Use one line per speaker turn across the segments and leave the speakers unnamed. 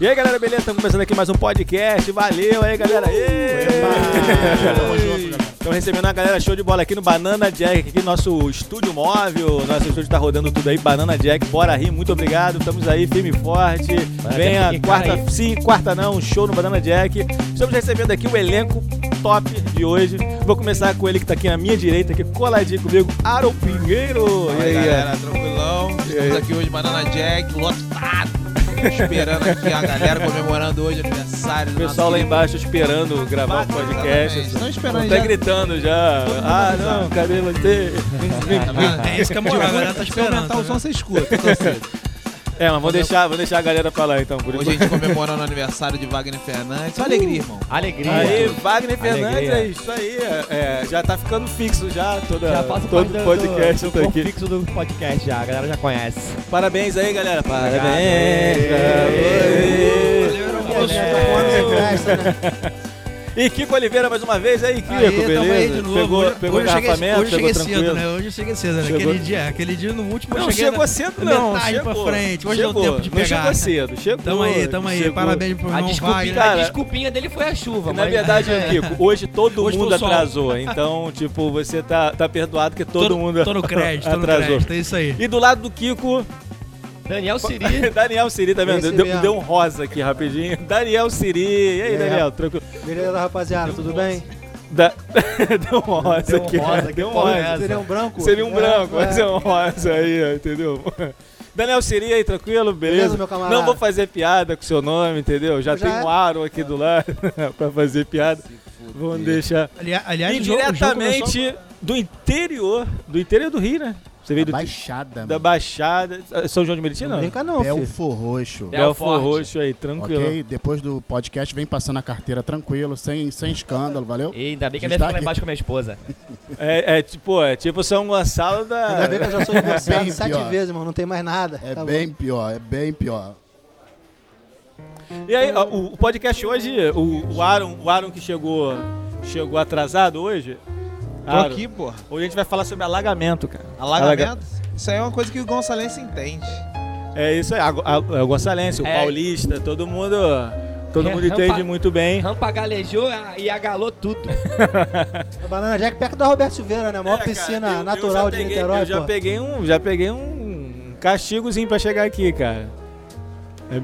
E aí, galera, beleza? Estamos começando aqui mais um podcast. Valeu aí, galera.
Eba! Tamo junto, galera.
Estamos recebendo a galera show de bola aqui no Banana Jack, aqui nosso estúdio móvel. Nosso estúdio está rodando tudo aí, Banana Jack. Bora rir, muito obrigado. Estamos aí, firme e forte.
Jack
Venha
aqui,
quarta,
cara,
sim, quarta não, show no Banana Jack. Estamos recebendo aqui o elenco top de hoje. Vou começar com ele que tá aqui na minha direita, aqui coladinho comigo, Aro Pinheiro.
E aí, galera, tranquilão. Estamos aqui hoje, Banana Jack, lotado. Esperando aqui a galera comemorando hoje o aniversário
O
do
pessoal
nosso
lá
querido
embaixo esperando gravar o podcast.
Exatamente. Estão esperando
Estão até
já.
Tá gritando já. Ah, não, cadê você?
Tá
É isso que é moral, a galera tá
Se Tipo, aumentar o
esperando.
som, você escuta. Então, assim,
É, mas vou deixar, vou deixar a galera falar então. Por
Hoje a
enquanto.
gente comemorando o aniversário de Wagner Fernandes. Só alegria, irmão.
Alegria.
Aí, Wagner Fernandes,
Alegria.
é isso aí. é, é, já tá ficando fixo já, toda,
já passa
todo
parte do-
podcast
do,
tá
do
aqui.
fixo do podcast já, a galera já conhece.
Parabéns aí, galera. Parabéns.
Valeu,
Parabéns.
né?
E Kiko Oliveira mais uma vez aí, Kiko, beleza? Pegou,
Hoje-
pegou
hoje eu cheguei-
engarrafamento,
hoje eu
chegou
cheguei
tranquilo.
cedo, né? Hoje eu cheguei cedo, né?
Chegou-
Aquele dia, aquele dia no último eu
Não,
cheguei
chegou
na-
cedo não,
metade
chegou.
pra frente. Hoje
chegou.
deu tempo de
Não chegou
pegar.
cedo, chegou.
Tamo aí, tamo aí.
chegou. Ah,
Parabéns pro
A
irmão
desculpinha,
Wagner.
Cara-
a desculpinha dele foi a chuva,
Na
mas-
verdade, Kiko, hoje todo
Hoje
mundo
tô só.
atrasou. Então, tipo, você tá, tá perdoado porque todo
Tô no-
mundo
Tô no crédito, tô no
atrasou.
crédito, é isso aí.
E do lado do Kiko,
Daniel Siri.
Daniel Siri, tá vendo?
Esse
Deu,
mesmo.
deu um rosa aqui rapidinho. Daniel Siri. E aí,
E aí,
É.
Daniel? Tranquilo?
Beleza, rapaziada,
um
tudo bem?
Da- deu um rosa
Deu um
aqui.
rosa, que
deu um
porra é
rosa.
essa?
Seria um branco?
Seria um
É,
branco,
é.
mas é um rosa aí, entendeu? Daniel Siri aí, tranquilo? Beleza?
Beleza, meu camarada?
Não vou fazer piada com seu nome, entendeu? Já
Já
tem
é.
um aro aqui do lado pra fazer piada. Vamos deixar.
Ali- aliás,
e
É, o jogo- o jogo começou-
diretamente do interior, do interior do Rio, né? Você
tipo,
veio do,
Baixada,
da
mano.
Baixada, É São João de Meriti, não?
Vem cá não, filho.
Belfor Roxo.
Belfor
Belfort.
Roxo aí, tranquilo.
Ok? Depois do podcast, vem passando a carteira tranquilo, sem, sem escândalo, valeu?
E ainda bem que a
A
minha
gente
ficou
tá
lá
aqui.
embaixo com a minha esposa.
É, é tipo, é tipo São Gonçalo
Ainda bem que
da...
eu já sou divorciado
bem
sete
pior.
vezes, irmão. Não tem mais nada.
É
Tá bom.
bem pior, é bem pior.
E aí, ó, o o podcast hoje, o, o Aaron, o Aaron que chegou, chegou atrasado hoje.
Tô
Aaron,
aqui, porra.
Hoje a gente vai falar sobre alagamento, cara.
Alagamento? Isso aí é uma coisa que o Gonçalense entende.
É isso aí, a, a- o Gonçalense, o
É.
Paulista, todo mundo, todo
É,
mundo entende
rampa-
muito bem.
Rampa galejou a- e agalou tudo.
A Banana Jack perto da Roberto Silveira, né? A
É,
maior
cara,
piscina
eu- eu
natural
já
de
peguei-
Niterói,
Eu já
pô.
peguei um, já peguei um castigozinho pra chegar aqui, cara.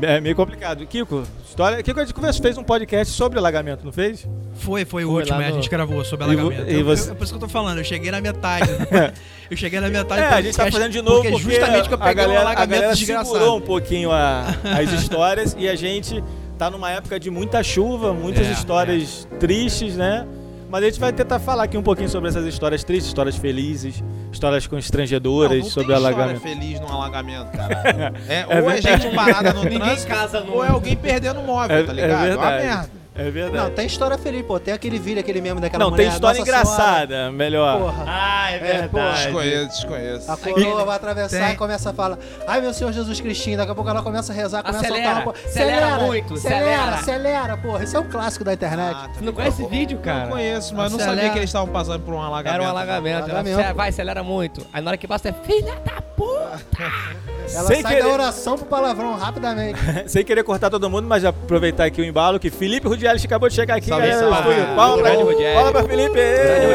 É, é meio complicado. Kiko, história. Kiko, a gente conversa- fez um podcast sobre alagamento, não fez?
Foi, foi o
Foi
último,
lá
né?
no-
A gente gravou sobre
E vo-
alagamento.
e
Eu-
você-
é
eu- por isso que eu tô falando, eu cheguei na metade. eu cheguei na metade
é,
do
a gente tá
podcast,
fazendo de novo porque,
porque justamente que
a
eu peguei um
galera, a
alagamento
galera segurou um
desgraçado.
pouquinho a- as histórias e a gente tá numa época de muita chuva, muitas
É,
histórias tristes, né? Mas a gente vai tentar falar aqui um pouquinho sobre essas histórias tristes, histórias felizes, histórias constrangedoras sobre
tem história
alagamento.
feliz num alagamento, cara. É, ou é
verdade.
gente parada no
Ninguém em
trânsito,
casa não.
ou é alguém perdendo um móvel, tá ligado? É, uma merda.
É verdade.
Não, tem história feliz, pô. Tem aquele vídeo, aquele mesmo daquela
Não,
mulher.
tem história
Nossa
engraçada, melhor.
Senhora, porra.
Ah, é verdade.
Desconheço, desconheço. Ah, tá
A coroa vai
Tem.
atravessar e começa a falar: Ai meu Senhor Jesus Cristinho, daqui a pouco ela começa a rezar, começa
Acelera,
a soltar uma porra.
acelera muito, acelera.
acelera, acelera, porra. Esse é um clássico da internet.
Ah, tá
Você não conhece esse vídeo,
Eu
cara?
conheço, mas eu não sabia
é
Acelera.
que eles estavam passando por um alagamento.
Era um alagamento. Ela
Alagamento.
acelera- vai, acelera muito. Aí na hora que passa é filha da puta.
Ela
Sem
sai
querer.
da oração pro palavrão rapidamente.
Sem querer cortar todo mundo, mas já aproveitar aqui o embalo que Felipe Rudiales acabou de chegar aqui.
Salve,
galera,
salve.
estúdio. Palma pra,
Grande Rudieri.
palma pra Felipe.
Bom dia, uma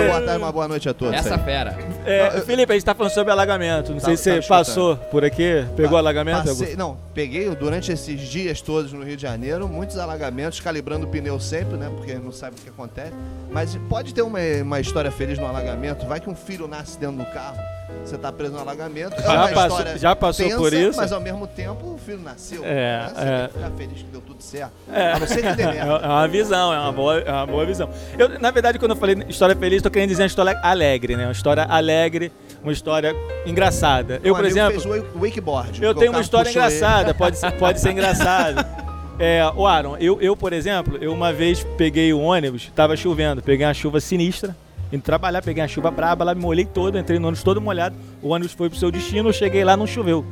É,
boa tarde, uma boa noite a todos.
Essa
aí.
fera.
é, Felipe, a gente tá falando sobre alagamento. Não sei
Tá-
se você
tá
passou por aqui, pegou
Pa-
alagamento.
Passei- não, peguei durante esses dias todos no Rio de Janeiro, muitos alagamentos, calibrando o pneu sempre, né? Porque não sabe o que acontece. Mas pode ter uma, uma história feliz no alagamento. Vai que um filho nasce dentro do carro, você tá preso no alagamento. É
Já
uma
passou-
história
já passou
tensa,
por isso?
Mas ao mesmo tempo o filho nasceu.
É,
né? Você
é.
tem que ficar feliz que deu tudo certo. A não ser que dê
É é
merda.
uma visão, é uma boa, é uma boa visão. Eu, na verdade, quando eu falei história feliz, tô querendo dizer uma história alegre, né? Uma história alegre, uma história engraçada. Eu,
Um
por
amigo
exemplo,
fez wake- wakeboard.
Eu
porque o
tenho uma
carro
história
puxou ele.
engraçada, pode ser, pode ser engraçada. É, o Aaron, eu, eu, por exemplo, eu uma vez peguei o ônibus, tava chovendo, peguei uma chuva sinistra, indo trabalhar, peguei uma chuva braba lá, me molhei todo, entrei no ônibus todo molhado, o ônibus foi pro seu destino, eu cheguei lá, não choveu.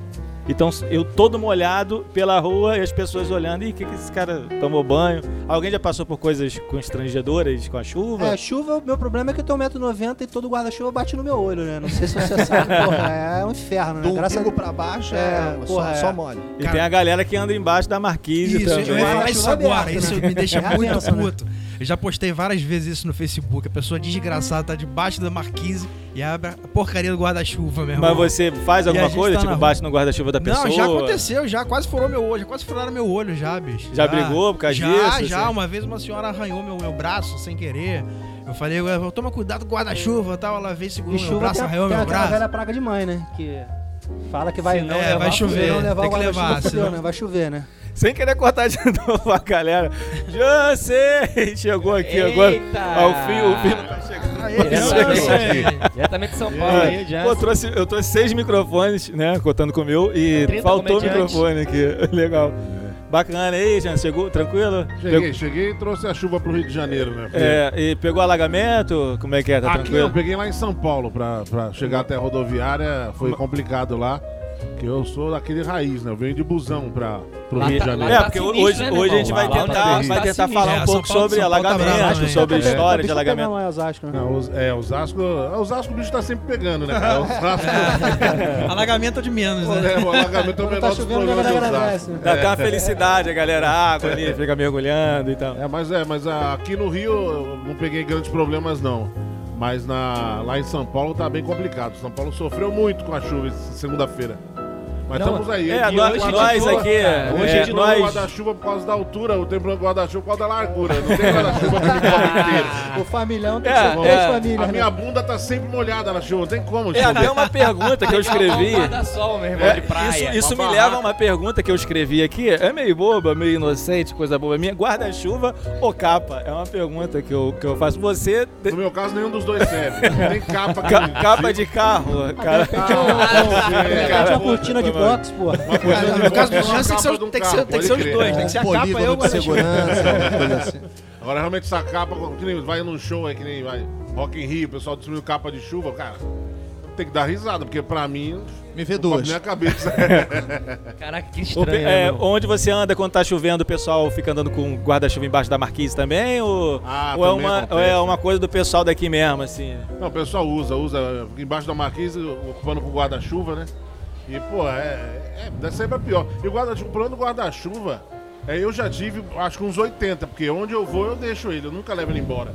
Então eu todo molhado pela rua e as pessoas olhando, e que, que esse cara tomou banho? Alguém já passou por coisas constrangedoras com a chuva?
É, chuva, meu problema é que eu tenho 1,90m e todo guarda-chuva bate no meu olho, né? Não sei se você sabe, porra, é um inferno,
Do
né? Graças a
umbigo pra baixo é,
É, porra,
só,
é.
só mole.
e tem a galera que anda embaixo da marquise
Isso, eu
também.
ia falar isso
Chuva
agora.
aberta,
Isso
né?
me deixa
É a
muito
benção, né?
puto. Eu já postei várias vezes isso no Facebook. A pessoa desgraçada tá debaixo da marquise e abre a porcaria do guarda-chuva, meu irmão.
Mas você faz
E a
alguma
gente
coisa,
tá na
tipo,
rua.
bate no guarda-chuva da pessoa?
Não, já aconteceu, já quase furou meu olho, já quase furaram meu olho já, bicho.
Já brigou por causa
já,
disso,
Já,
assim?
uma vez uma senhora arranhou meu, meu braço sem querer. Eu falei, "Ué, toma cuidado com o guarda-chuva e tal. Ela veio, segurou
E
meu
chuva
braço,
tem,
arranhou
tem
meu
aquela
braço.
velha praga de mãe, né? Que fala que vai
Se
não
não, é,
levar,
vai chover,
se não levar
tem
o
que
guarda-chuva,
levar,
fudeu,
senão-
né? Vai chover, né?
Sem querer cortar de novo a galera. José chegou aqui agora.
Eita!
Ao fim, o Pino tá chegando.
é
Diretamente, diretamente de São Paulo aí,
É. Pô, eu
Jansen.
trouxe, eu trouxe seis microfones, né? Contando com o meu. E
30
faltou o
comediantes.
microfone aqui. Legal. Bacana. E aí, Jean, chegou? Tranquilo?
Cheguei, cheguei e trouxe a chuva pro Rio de Janeiro, né?
Pegou- é, e pegou alagamento? Como é que é? Tá
Aqui eu
tranquilo?
peguei lá em São Paulo pra, pra chegar até a rodoviária, foi complicado lá. Que eu sou daquele raiz, né? Eu venho de busão pra, pro
Lá
Rio
tá-
de
lá
Janeiro.
É,
tá
porque
sinistro,
hoje,
né,
hoje a
irmão?
gente vai
Lá tá
tentar,
terrível.
vai
Tá
tentar
sinistro.
falar um
É,
pouco
São Paulo-
sobre
São Paulo tá bravo,
alagamento,
né?
sobre a
Tá
história de
pegando- tá pegando
alagamento.
lá em Osasco, né?
Não, Os- é, Osasco, Osasco o bicho tá sempre pegando, né? cara? Osasco,
Alagamento é de menos, né?
é, o alagamento é o
Quando
menor
tá
dos
chovendo, a
problemas de
galera
Osasco.
agradece, né?
Dá
É.
até uma felicidade, a galera. Água ali, fica mergulhando e tal.
É, mas é, mas ah, aqui no Rio eu não peguei grandes problemas não. Mas na, lá em São Paulo tá bem complicado. São Paulo sofreu muito com a chuva essa segunda-feira. Mas
Não,
estamos aí.
É,
Aqui
nós,
o guarda-
nós aqui,
Hoje
é,
a gente
nós,
nós... guarda-chuva por causa da altura, o tempo guarda-chuva por causa da largura. Não tem guarda-chuva pra me cobrir inteiro.
O familhão tem
É,
que ser três
é.
A
famílias, né?
minha bunda tá sempre molhada na chuva, não tem como.
É
chuva.
até uma pergunta que eu escrevi.
Um guarda-sol, meu irmão,
É,
de praia.
isso isso
uma
me
barraca.
leva a uma pergunta que eu escrevi aqui. É meio boba, meio inocente, coisa boba minha. Guarda-chuva ou capa? É uma pergunta que eu, que eu faço. Você. de-
No meu caso, nenhum dos dois serve. Nem capa que
ca- capa de carro, cara.
É,
Ah,
mete
cara,
uma cortina de
puta, mano.
box, pô.
uma coisa
Ah,
de
no caso
boxe,
do
uma
Jansen, tem que ser-
capa de um
tem que ser-
carro,
tem que ser
pode
os
crer.
dois,
É
tem
um
que ser a capa e o
polígono de
guarda-chuva.
segurança, alguma coisa assim.
Agora realmente essa capa, que nem vai num show aí, que nem vai Rock in Rio, o pessoal destruiu capa de chuva, cara. Tem que dar risada, porque pra mim,
Me vê
na
duas.
minha cabeça.
Tipo, Caraca, que
O
estranho.
pe-
né,
é,
meu?
onde você anda quando tá chovendo, o pessoal fica andando com guarda-chuva embaixo da marquise também? Ou,
Ah,
ou é,
também
uma, ou
acontece.
é uma coisa do pessoal daqui mesmo, assim?
Não, o pessoal usa, usa embaixo da marquise, ocupando com guarda-chuva, né? E, pô, é, é, deve ser pra pior. E o guarda-chuva, o problema do guarda-chuva, é, eu já tive, acho que uns 80, porque onde eu vou eu deixo ele, eu nunca levo ele embora.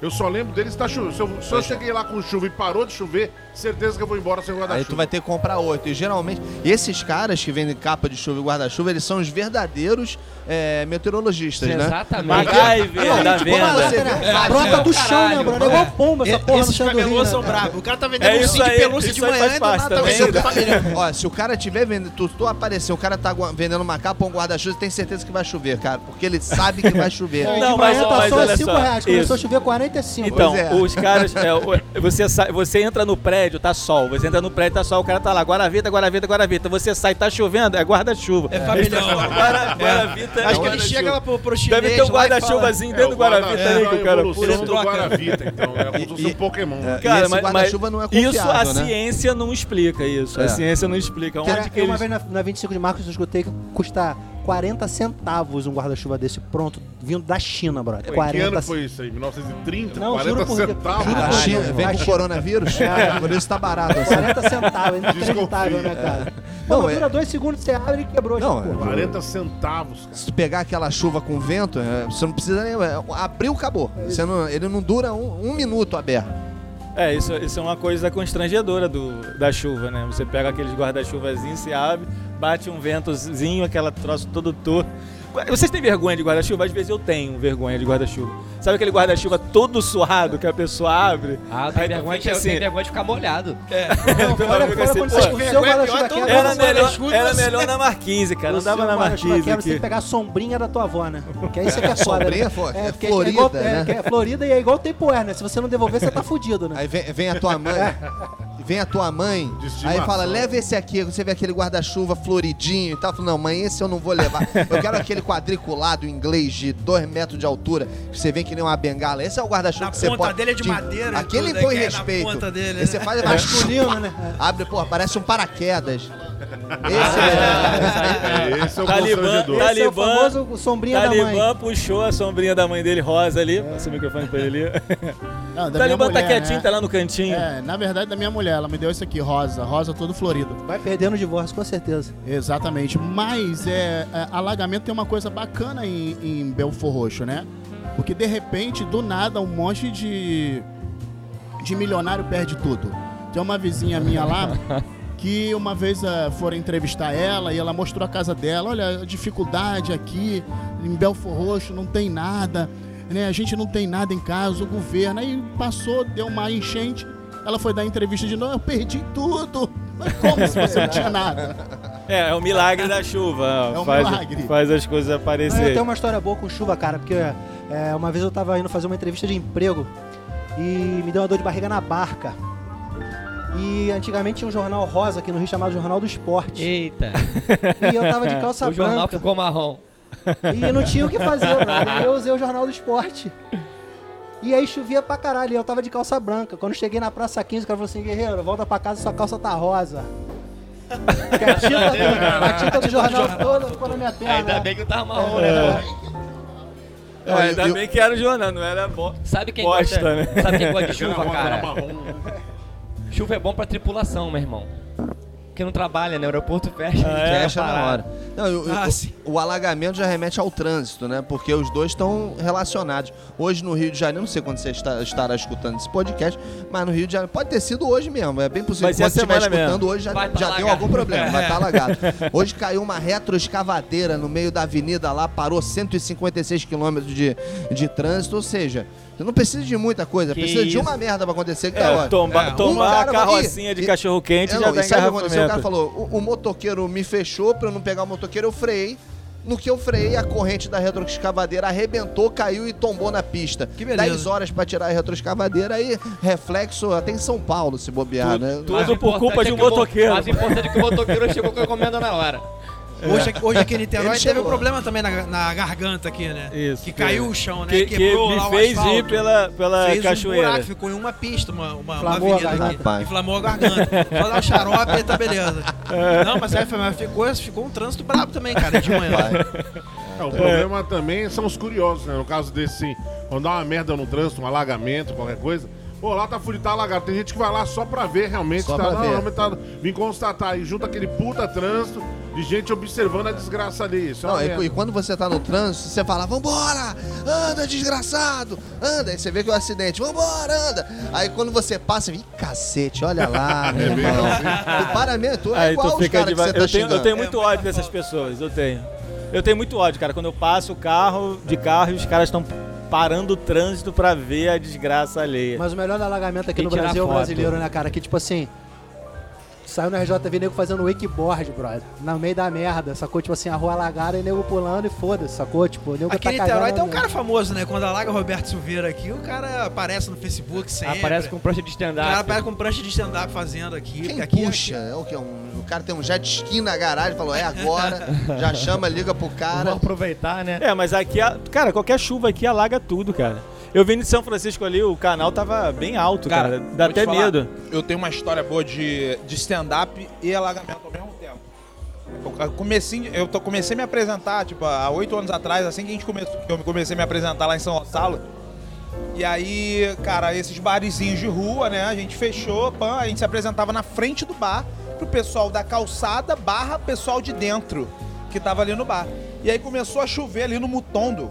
Eu só lembro dele se tá chovendo. Se eu, se eu cheguei lá com chuva e parou de chover, certeza que eu vou embora sem
Aí tu
guarda-chuva.
vai ter que comprar outro. E geralmente, esses caras que vendem capa de chuva e guarda-chuva, eles são os verdadeiros é, meteorologistas, né?
Exatamente.
MacGyver da venda.
você-
É, Brota do chão, né, brother? É igual pomba essa porra no
Esses
chão do Rio,
camelôs
né?
são bravos. O cara tá vendendo
É
um
isso
cinto de
aí.
pelúcia de
Isso aí
manhã
faz
então
ainda
parte
tá- tá
também.
Se o
vendendo.
cara- Ó, se o cara tiver vendendo, tu, tu aparecer, o cara tá gua- vendendo uma capa ou um guarda-chuva, tem certeza que vai chover, cara. Porque ele sabe que vai chover.
É,
Não,
de
mas-
manhã
mas
tá só
olha
5
só,
reais, começou a
isso.
chover 45.
Então,
Pois é.
os caras. é, o- você, sai- você entra no prédio, tá sol. Você entra no prédio, tá sol. O cara tá lá, Guaravita, Guaravita, Guaravita. Você sai, tá chovendo, é guarda-chuva. Então,
É familhão.
Guara- Guaravita. é
Acho que ele
guarda-chuva.
chega lá pro, pro chinês
Deve ter um
lá e fala,
guarda-chuvazinho dentro do Guaravita
é,
ali
a
que o cara.
evolução
Ele
do
troca.
Guaravita, então. É como se fosse
E-
um Pokémon.
É.
Cara,
E esse
mas- mas
guarda-chuva não é
Isso a
confiável, né?
ciência não explica isso. A
É.
ciência não explica.
Cara,
Onde que
eu uma
eles.
vez na, na 25 de março eu escutei que custa 40 centavos um guarda-chuva desse pronto, vindo da China, brother.
Pô, em que
40
ano foi isso aí? 1930?
Não,
40
juro por Deus.
centavos?
Tudo
Caralho,
China,
mano.
vem Tá com
Acho-
coronavírus, é, por isso tá barato. assim.
40 centavos, é inacreditável, né, cara? Não,
Não, é-
dura dois segundos, você abre e quebrou.
Não,
tipo,
é-
40 centavos, cara.
Se tu pegar aquela chuva com vento, é, você não precisa nem. é, Abriu, acabou. Você não- ele não dura um, um minuto aberto.
É, isso, isso é uma coisa constrangedora do, da chuva, né? Você pega aqueles guarda-chuvazinhos, se abre, bate um ventozinho, aquela troço todo torto. Vocês têm vergonha de guarda-chuva? Às vezes eu tenho vergonha de guarda-chuva. Sabe aquele guarda-chuva todo suado que a pessoa abre?
Ah,
Aí
tem
tu
vergonha,
fica
de,
assim.
tem vergonha de ficar molhado.
Não,
Então,
fora,
fica
fora
assim,
quando
pô,
você o seu
vergonha pior
guarda-chuva
é todo
quebra,
Era
você-
melhor,
escudo,
era
você-
melhor na marquise, cara.
o seu
né? Andava na
guarda-chuva
marquise.
quebra, você tem
aqui.
que pegar a sombrinha da tua avó, né? Porque aí você quer foda.
Sombrinha
né?
é foda, é
porque
florida,
igual,
né?
é, que é florida e é igual o tempoé, né? Se você não devolver, você tá fudido, né?
Aí vem, vem a tua mãe. Vem a tua mãe,
De
aí
estimação.
fala, leva esse aqui, você vê aquele guarda-chuva floridinho e tal. Fala, não, mãe, esse eu não vou levar. Eu quero aquele quadriculado inglês de 2 metros de altura, que você vê que nem uma bengala. Esse é o guarda-chuva
Na
que você
ponta
pode.
dele é de madeira e
Aquele
tudo,
impõe
é que é na
respeito.
ponta dele,
Aí você
né?
É.
faz vasculhando,
Masculino,
né?
né?
Abre, pô, parece um paraquedas.
É, esse é o
Talibã,
constrangedor.
Esse é o
Talibã-
famoso sombrinha da mãe.
Talibã puxou a sombrinha da mãe dele, rosa ali. Passa o microfone pra ele ali.
Não, da
Talibã
minha
tá
mulher,
quietinho,
né?
tá lá no cantinho.
É, na verdade, da minha mulher. Ela me deu isso aqui, rosa. Rosa todo florido.
Vai perder no divórcio, com certeza.
Exatamente. Mas é, é, alagamento tem uma coisa bacana em, em Belfor Roxo, né? Porque de repente, do nada, um monte de, de milionário perde tudo. Tem uma vizinha minha lá que uma vez eh, foram entrevistar ela e ela mostrou a casa dela. Olha, a dificuldade aqui em Belfor Roxo não tem nada, né? A gente não tem nada em casa, o governo. Aí passou, deu uma enchente. Ela foi dar entrevista de novo, eu perdi tudo. Mas Como se você não tinha nada?
É, é o milagre da chuva.
É um
faz,
milagre.
faz as coisas
Ah, eu
É,
aparecerem.
um
tenho uma história boa com chuva, cara, porque é, uma vez eu tava indo fazer uma entrevista de emprego e me deu uma dor de barriga na barca. E antigamente tinha um jornal rosa aqui no Rio chamado Jornal do Esporte.
Eita,
E eu tava de calça
o jornal
branca.
ficou marrom.
E não tinha o que fazer, brother. Eu usei o Jornal do Esporte. E aí chovia pra caralho, e eu tava de calça branca. Quando cheguei na Praça 15, o cara falou assim, guerreiro, volta pra casa, sua calça tá rosa. Porque a tinta do, a tinta do jornal todo ficou na minha
Ainda
perna.
bem que não tava marrom, né?
É, ainda bem que era o jornal, não era bom.
Sabe quem
Bosta,
gosta,
né?
sabe quem gosta de
Aquela
chuva,
roupa
cara?
marrom, né?
Chuva é bom pra tripulação, meu irmão. Porque não trabalha, né? O aeroporto fecha.
Ah,
é,
Fecha na
parada.
hora. Não, eu- eu-
Ah,
o-
sim.
o, alagamento já remete ao trânsito, né? Porque os dois estão relacionados. Hoje no Rio de Janeiro, não sei quando você está- estará escutando esse podcast, mas no Rio de Janeiro pode ter sido hoje mesmo. É bem possível.
Vai ser
Quando
a
você estiver
semana mesmo.
escutando hoje, já,
Vai tá
já deu
alagado.
algum problema, vai estar alagado. Hoje caiu uma retroescavadeira no meio da avenida lá, parou 156 quilômetros de, de trânsito, ou seja. Você não precisa de muita coisa,
Que
precisa de
isso.
uma merda pra acontecer que
É,
tá ótimo.
tomba-
É, um
tombar
cara
a
vai-
carrocinha de
e-
cachorro-quente
é,
já
não,
dá
e sabe o que aconteceu? O cara
engarrafamento.
falou: o, o motoqueiro me fechou pra eu não pegar o motoqueiro, eu freiei. No que eu freiei, a corrente da retroescavadeira arrebentou, caiu e tombou na pista.
Que beleza.
10 horas pra tirar a retroescavadeira, aí reflexo até em São Paulo se bobear, né?
Tudo
Mas o
por culpa
importante
de
é
um
que o mo-
motoqueiro.
Mas o importante é que o motoqueiro chegou com a encomenda na hora.
Hoje, hoje aqui em
Ele
Niterói teve
chegou.
um problema também na, na garganta aqui, né?
Isso,
Que
que-
caiu o chão, né?
Que, que
Quebrou lá
me
o
fez
asfalto.
ir pela, pela
Fez um
cachoeira.
buraco, ficou em uma pista, uma, uma, uma
Inflamou a
avenida aqui.
garganta.
Inflamou a garganta. Só dar um xarope e tá beleza. Não, mas aí foi, mas ficou, ficou um trânsito brabo também, cara, de manhã.
É, o problema também são os curiosos, né? No caso desse, sim, quando dá uma merda no trânsito, um alagamento, qualquer coisa. Pô, lá tá fudido, tá alagado. Tem gente que vai lá só pra ver realmente
Só
se tá,
pra
não,
ver.
realmente tá. Vim constatar e junta aquele puta trânsito de gente observando a desgraça ali. Isso é
Não,
uma merda.
e, e quando você tá no trânsito, você fala, vambora! Anda, desgraçado! Anda! Aí você vê que é um acidente, vambora, anda! Aí quando você passa, ih, cacete, olha lá, meu irmão. Tu para mesmo, tu é
Aí
igual
tu
os
fica
caras que
devagar.
você tá
eu, tenho,
xingando.
eu tenho muito ódio dessas pessoas, eu tenho. Eu tenho muito ódio, cara. Quando eu passo o carro de carro e os caras estão parando o trânsito pra ver a desgraça alheia.
Mas o melhor do alagamento aqui
E
no
tirar
Brasil é o
foto.
brasileiro, né, cara? Que tipo assim. Saiu na RJV nego fazendo wakeboard, brother. No meio da merda, sacou? Tipo assim, a rua alagada e nego pulando e foda-se, sacou? Tipo, o nego
Aqui
tá
em Niterói
cagando
tem um
no-
cara famoso, né? Quando alaga o Roberto Silveira aqui, o cara aparece no Facebook sempre.
Aparece com prancha de
O cara
stand-up.
aparece com prancha de stand-up fazendo aqui.
Quem
porque aqui
puxa? É o que? Um, o cara tem um jet ski na garagem, falou, é agora, já chama, liga pro
Vamos
cara.
aproveitar, né?
É, mas aqui, a- cara, qualquer chuva aqui alaga tudo, cara. Eu vim de São Francisco ali, o canal tava bem alto, cara. Dá
vou te
até
falar,
medo.
Eu tenho uma história boa de, de stand-up e alagamento ao mesmo tempo. Eu comecei, eu to- comecei a me apresentar, tipo, há oito anos atrás, assim que a gente começou, que eu comecei a me apresentar lá em São Gonçalo. E aí, cara, esses barizinhos de rua, né? A gente fechou, pã, a gente se apresentava na frente do bar pro pessoal da calçada barra pessoal de dentro que tava ali no bar. E aí começou a chover ali no Mutondo.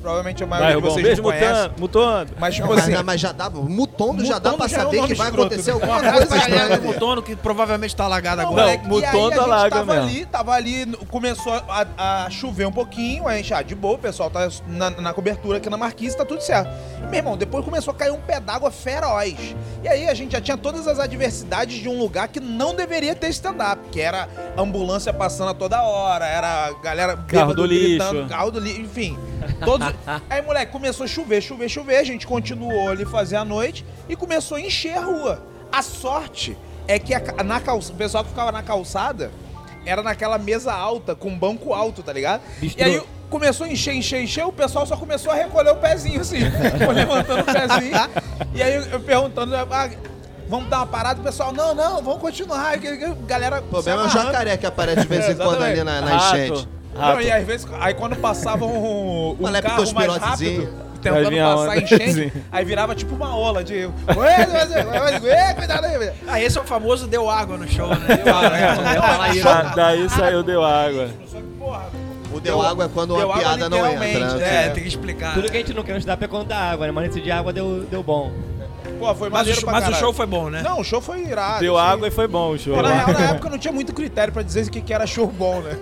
Provavelmente a maioria
Vai,
de
Rubão,
vocês
beijo
não conhece.
mutando, mutando.
Mas, tipo
Mas,
assim,
mas já dá, mutondo já dá
Mutondo
pra
já é um
saber
nome
que vai
escroto,
acontecer
né?
alguma
Uma
coisa
praia
estranha.
é
ali.
o Tono, que provavelmente tá alagado
Não,
agora.
moleque,
Não,
e aí
mutou
a
da
gente
laga
tava
mesmo.
ali, tava ali, n- começou a, a chover um pouquinho, a gente, ah, de boa, o pessoal tá na, na cobertura aqui na Marquise, tá tudo certo. Meu irmão, depois começou a cair um pé d'água feroz. E aí a gente já tinha todas as adversidades de um lugar que não deveria ter stand-up, que era ambulância passando a toda hora, era a galera bêbado
do lixo.
carro do lixo, enfim. Todos... aí, moleque, começou a chover, chover, chover, a gente continuou ali fazer a noite e começou a encher a rua. A sorte é que a ca- na calça, o pessoal que ficava na calçada era naquela mesa alta, com banco alto, tá ligado? E aí começou a encher, encher, encher, o pessoal só começou a recolher o pezinho, assim. Foi levantando o pezinho. e aí eu perguntando, ah, vamos dar uma parada, o pessoal, não, não, vamos continuar. que- que- Galera,
O problema é o
se amarrando.
jacaré que aparece de vez em quando ali na, na
Rato,
enchente.
rato.
Não, e às vezes, aí quando passava um, um
Uma
carro mais
leptospirosezinho.
rápido, tentando
Aí vinha
passar
onda.
enchente,
Sim.
aí virava tipo uma ola de. "Ué, ué, ué, ué, Cuidado aí, velho.
Ah, esse é o famoso deu água no show, né? Deu água, né?
Ah, daí saiu deu água.
O deu água é quando
deu
uma
água
piada não entra.
literalmente,
né?
É, tem que explicar.
Tudo que a gente não quer nos dar pra conta água, né? Mas nesse de água deu, deu bom.
Pô, foi
Mas, o,
maneiro
show-
pra
mas o
caralho.
show foi bom, né?
Não, o show foi irado.
Deu
isso aí.
água e foi bom o show.
Na real, na época não tinha muito critério pra dizer o que que era show bom, né?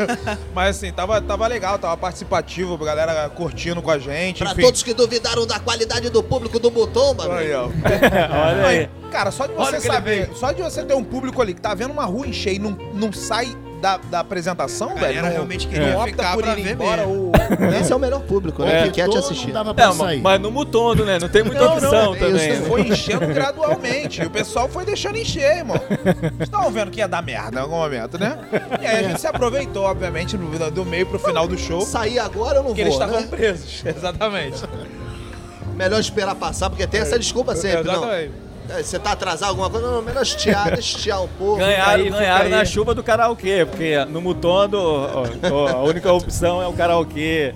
Mas assim, tava, tava legal, tava participativo, a galera curtindo com a gente.
Pra
enfim.
todos que duvidaram da qualidade do público do Mutomba, meu
Aí, ó.
Olha aí.
Cara, só de
Olha
você
o que ele
saber, só de você ter um público ali que tá vendo uma rua encher e não, não sai da, da apresentação,
galera
velho. não-
realmente
não
queria
opta
ficar
por
pra
ir
ver
embora ou-
mesmo.
Esse é o melhor público, né? Que quer te
Todo
assistir.
Não dava pra
Não, ma-
sair.
mas no mutondo, né? Não tem muita
Não, não,
opção
é
também.
Isso
né?
foi enchendo gradualmente. E o pessoal foi deixando encher, irmão. Vocês estavam vendo que ia dar merda em algum momento, né? E aí a gente se aproveitou, obviamente, do do meio pro final do show.
Sair agora eu não
Porque
vou,
eles tá estavam
né?
presos, exatamente.
Melhor esperar passar, porque tem essa desculpa sempre, não.
exatamente.
É, Você tá atrasado alguma coisa? Não, melhor estiar, deixa estiar um o povo.
Ganharam,
fica
ganharam
aí.
na chuva do karaokê, porque no mutondo ó, ó, a única opção é o karaokê.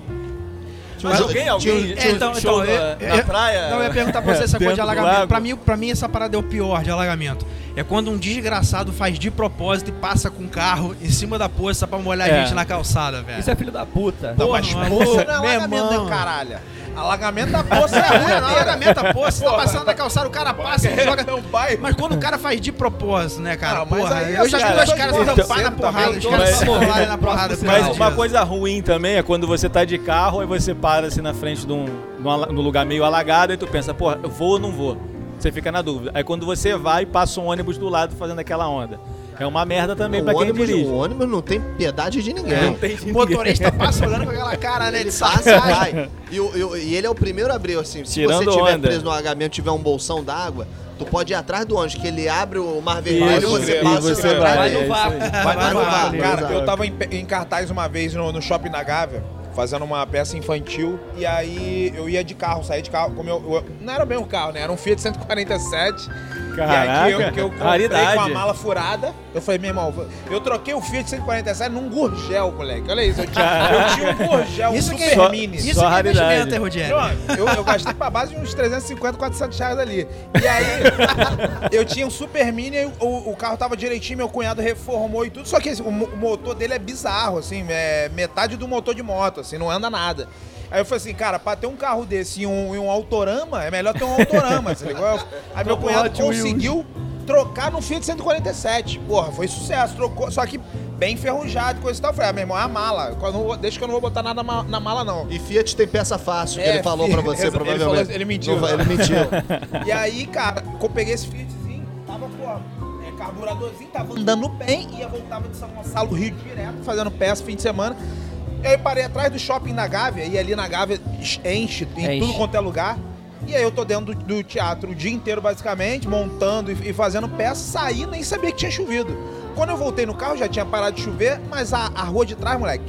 Mas alguém, alguém
É,
tinha um
então,
show na,
então, eu-
É,
na
eu-
praia?
Não, eu ia perguntar pra você essa coisa
Dentro
de
do
alagamento.
lago?
Pra mim, pra mim, essa parada é o pior de alagamento. É quando um desgraçado faz de propósito e passa com um carro em cima da poça pra molhar a
É.
gente na calçada, velho.
Isso é filho da puta.
Porra,
Mas
mano.
poça não é
Meu
alagamento,
irmão.
não, caralho. Alagamento da poça é a
É,
rua
na
inteira.
alagamento da poça, você tá
Porra.
passando na calçada, o cara passa e joga.
É um bairro.
Mas quando o cara faz de propósito, né, cara?
Ah, mas
porra,
aí
eu já vi
cara,
dois caras se
então-
tampar na porrada,
também,
os caras se
mas-
porrarem na porrada. por
Mas
causa
uma
disso.
coisa ruim também é quando você tá de carro e você para assim na frente de um, de um ala- de um lugar meio alagado e tu pensa, porra, eu vou ou não vou? Você fica na dúvida. Aí quando você vai, passa um ônibus do lado fazendo aquela onda. É uma merda também
o,
pra quem
um
ônibus, né?
dirige.
o ônibus não tem piedade de ninguém.
tem
O motorista passa olhando com aquela cara, né,
Ele
de
passa,
sarcasmo.
vai. E, o- e o- e ele é o primeiro a abrir, assim. Se
Tirando
você tiver
onda.
preso no alagamento e tiver um bolsão d'água, tu pode ir atrás do ônibus, que ele abre o mar vermelho,
Isso,
você
e
passa assim,
você
fica
vai. é
atrás.
Vai no vácuo.
né? Vai no vácuo.
Cara,
Exato.
eu tava em, pe- em cartaz uma vez no, no Shopping na Gávea, fazendo uma peça infantil, e aí eu ia de carro, saí de carro, com meu, eu- não era bem um carro, né? Era um Fiat 147.
Caraca,
e aí que eu, que eu comprei
raridade.
com a mala furada, eu falei, meu irmão, eu troquei o Fiat 147 num Gurgel, moleque. Olha isso, eu tinha, eu tinha um Gurgel, um
Isso que
Super
é,
Só-
Mini.
isso
só
que é investimento,
raridade.
hein, Rogério?
Pronto, eu, eu gastei pra base uns 350, 400 reais ali. E aí, eu tinha um Super Mini, aí o, o carro tava direitinho, meu cunhado reformou e tudo. Só que esse- o, mo- o motor dele é bizarro, assim, é metade do motor de moto, assim, não anda nada. Aí eu falei assim, cara, pra ter um carro desse e um, e um Autorama, é melhor ter um Autorama, você ligou? Aí meu cunhado conseguiu trocar no Fiat 147. Porra, foi sucesso, trocou, só que bem enferrujado, coisa e tal. Eu falei, ah, meu irmão, é a mala, eu não vou- deixa que eu não vou botar nada ma- na mala, não.
E Fiat tem peça fácil, que
É,
ele falou pra você,
ele falou-
provavelmente.
ele mentiu,
Não vai-
né?
ele mentiu.
E aí, cara, eu peguei esse Fiatzinho, tava, pô, é, carburadorzinho, tava andando bem, ia voltava de São Gonçalo do Rio direto, fazendo peça fim de semana. E aí parei atrás do shopping na Gávea, e ali na Gávea enche, em
Enche.
tudo quanto é lugar. E aí eu tô dentro do, do teatro o dia inteiro, basicamente, montando e, e fazendo peça, saí nem sabia que tinha chovido. Quando eu voltei no carro, já tinha parado de chover, mas a, a rua de trás, moleque,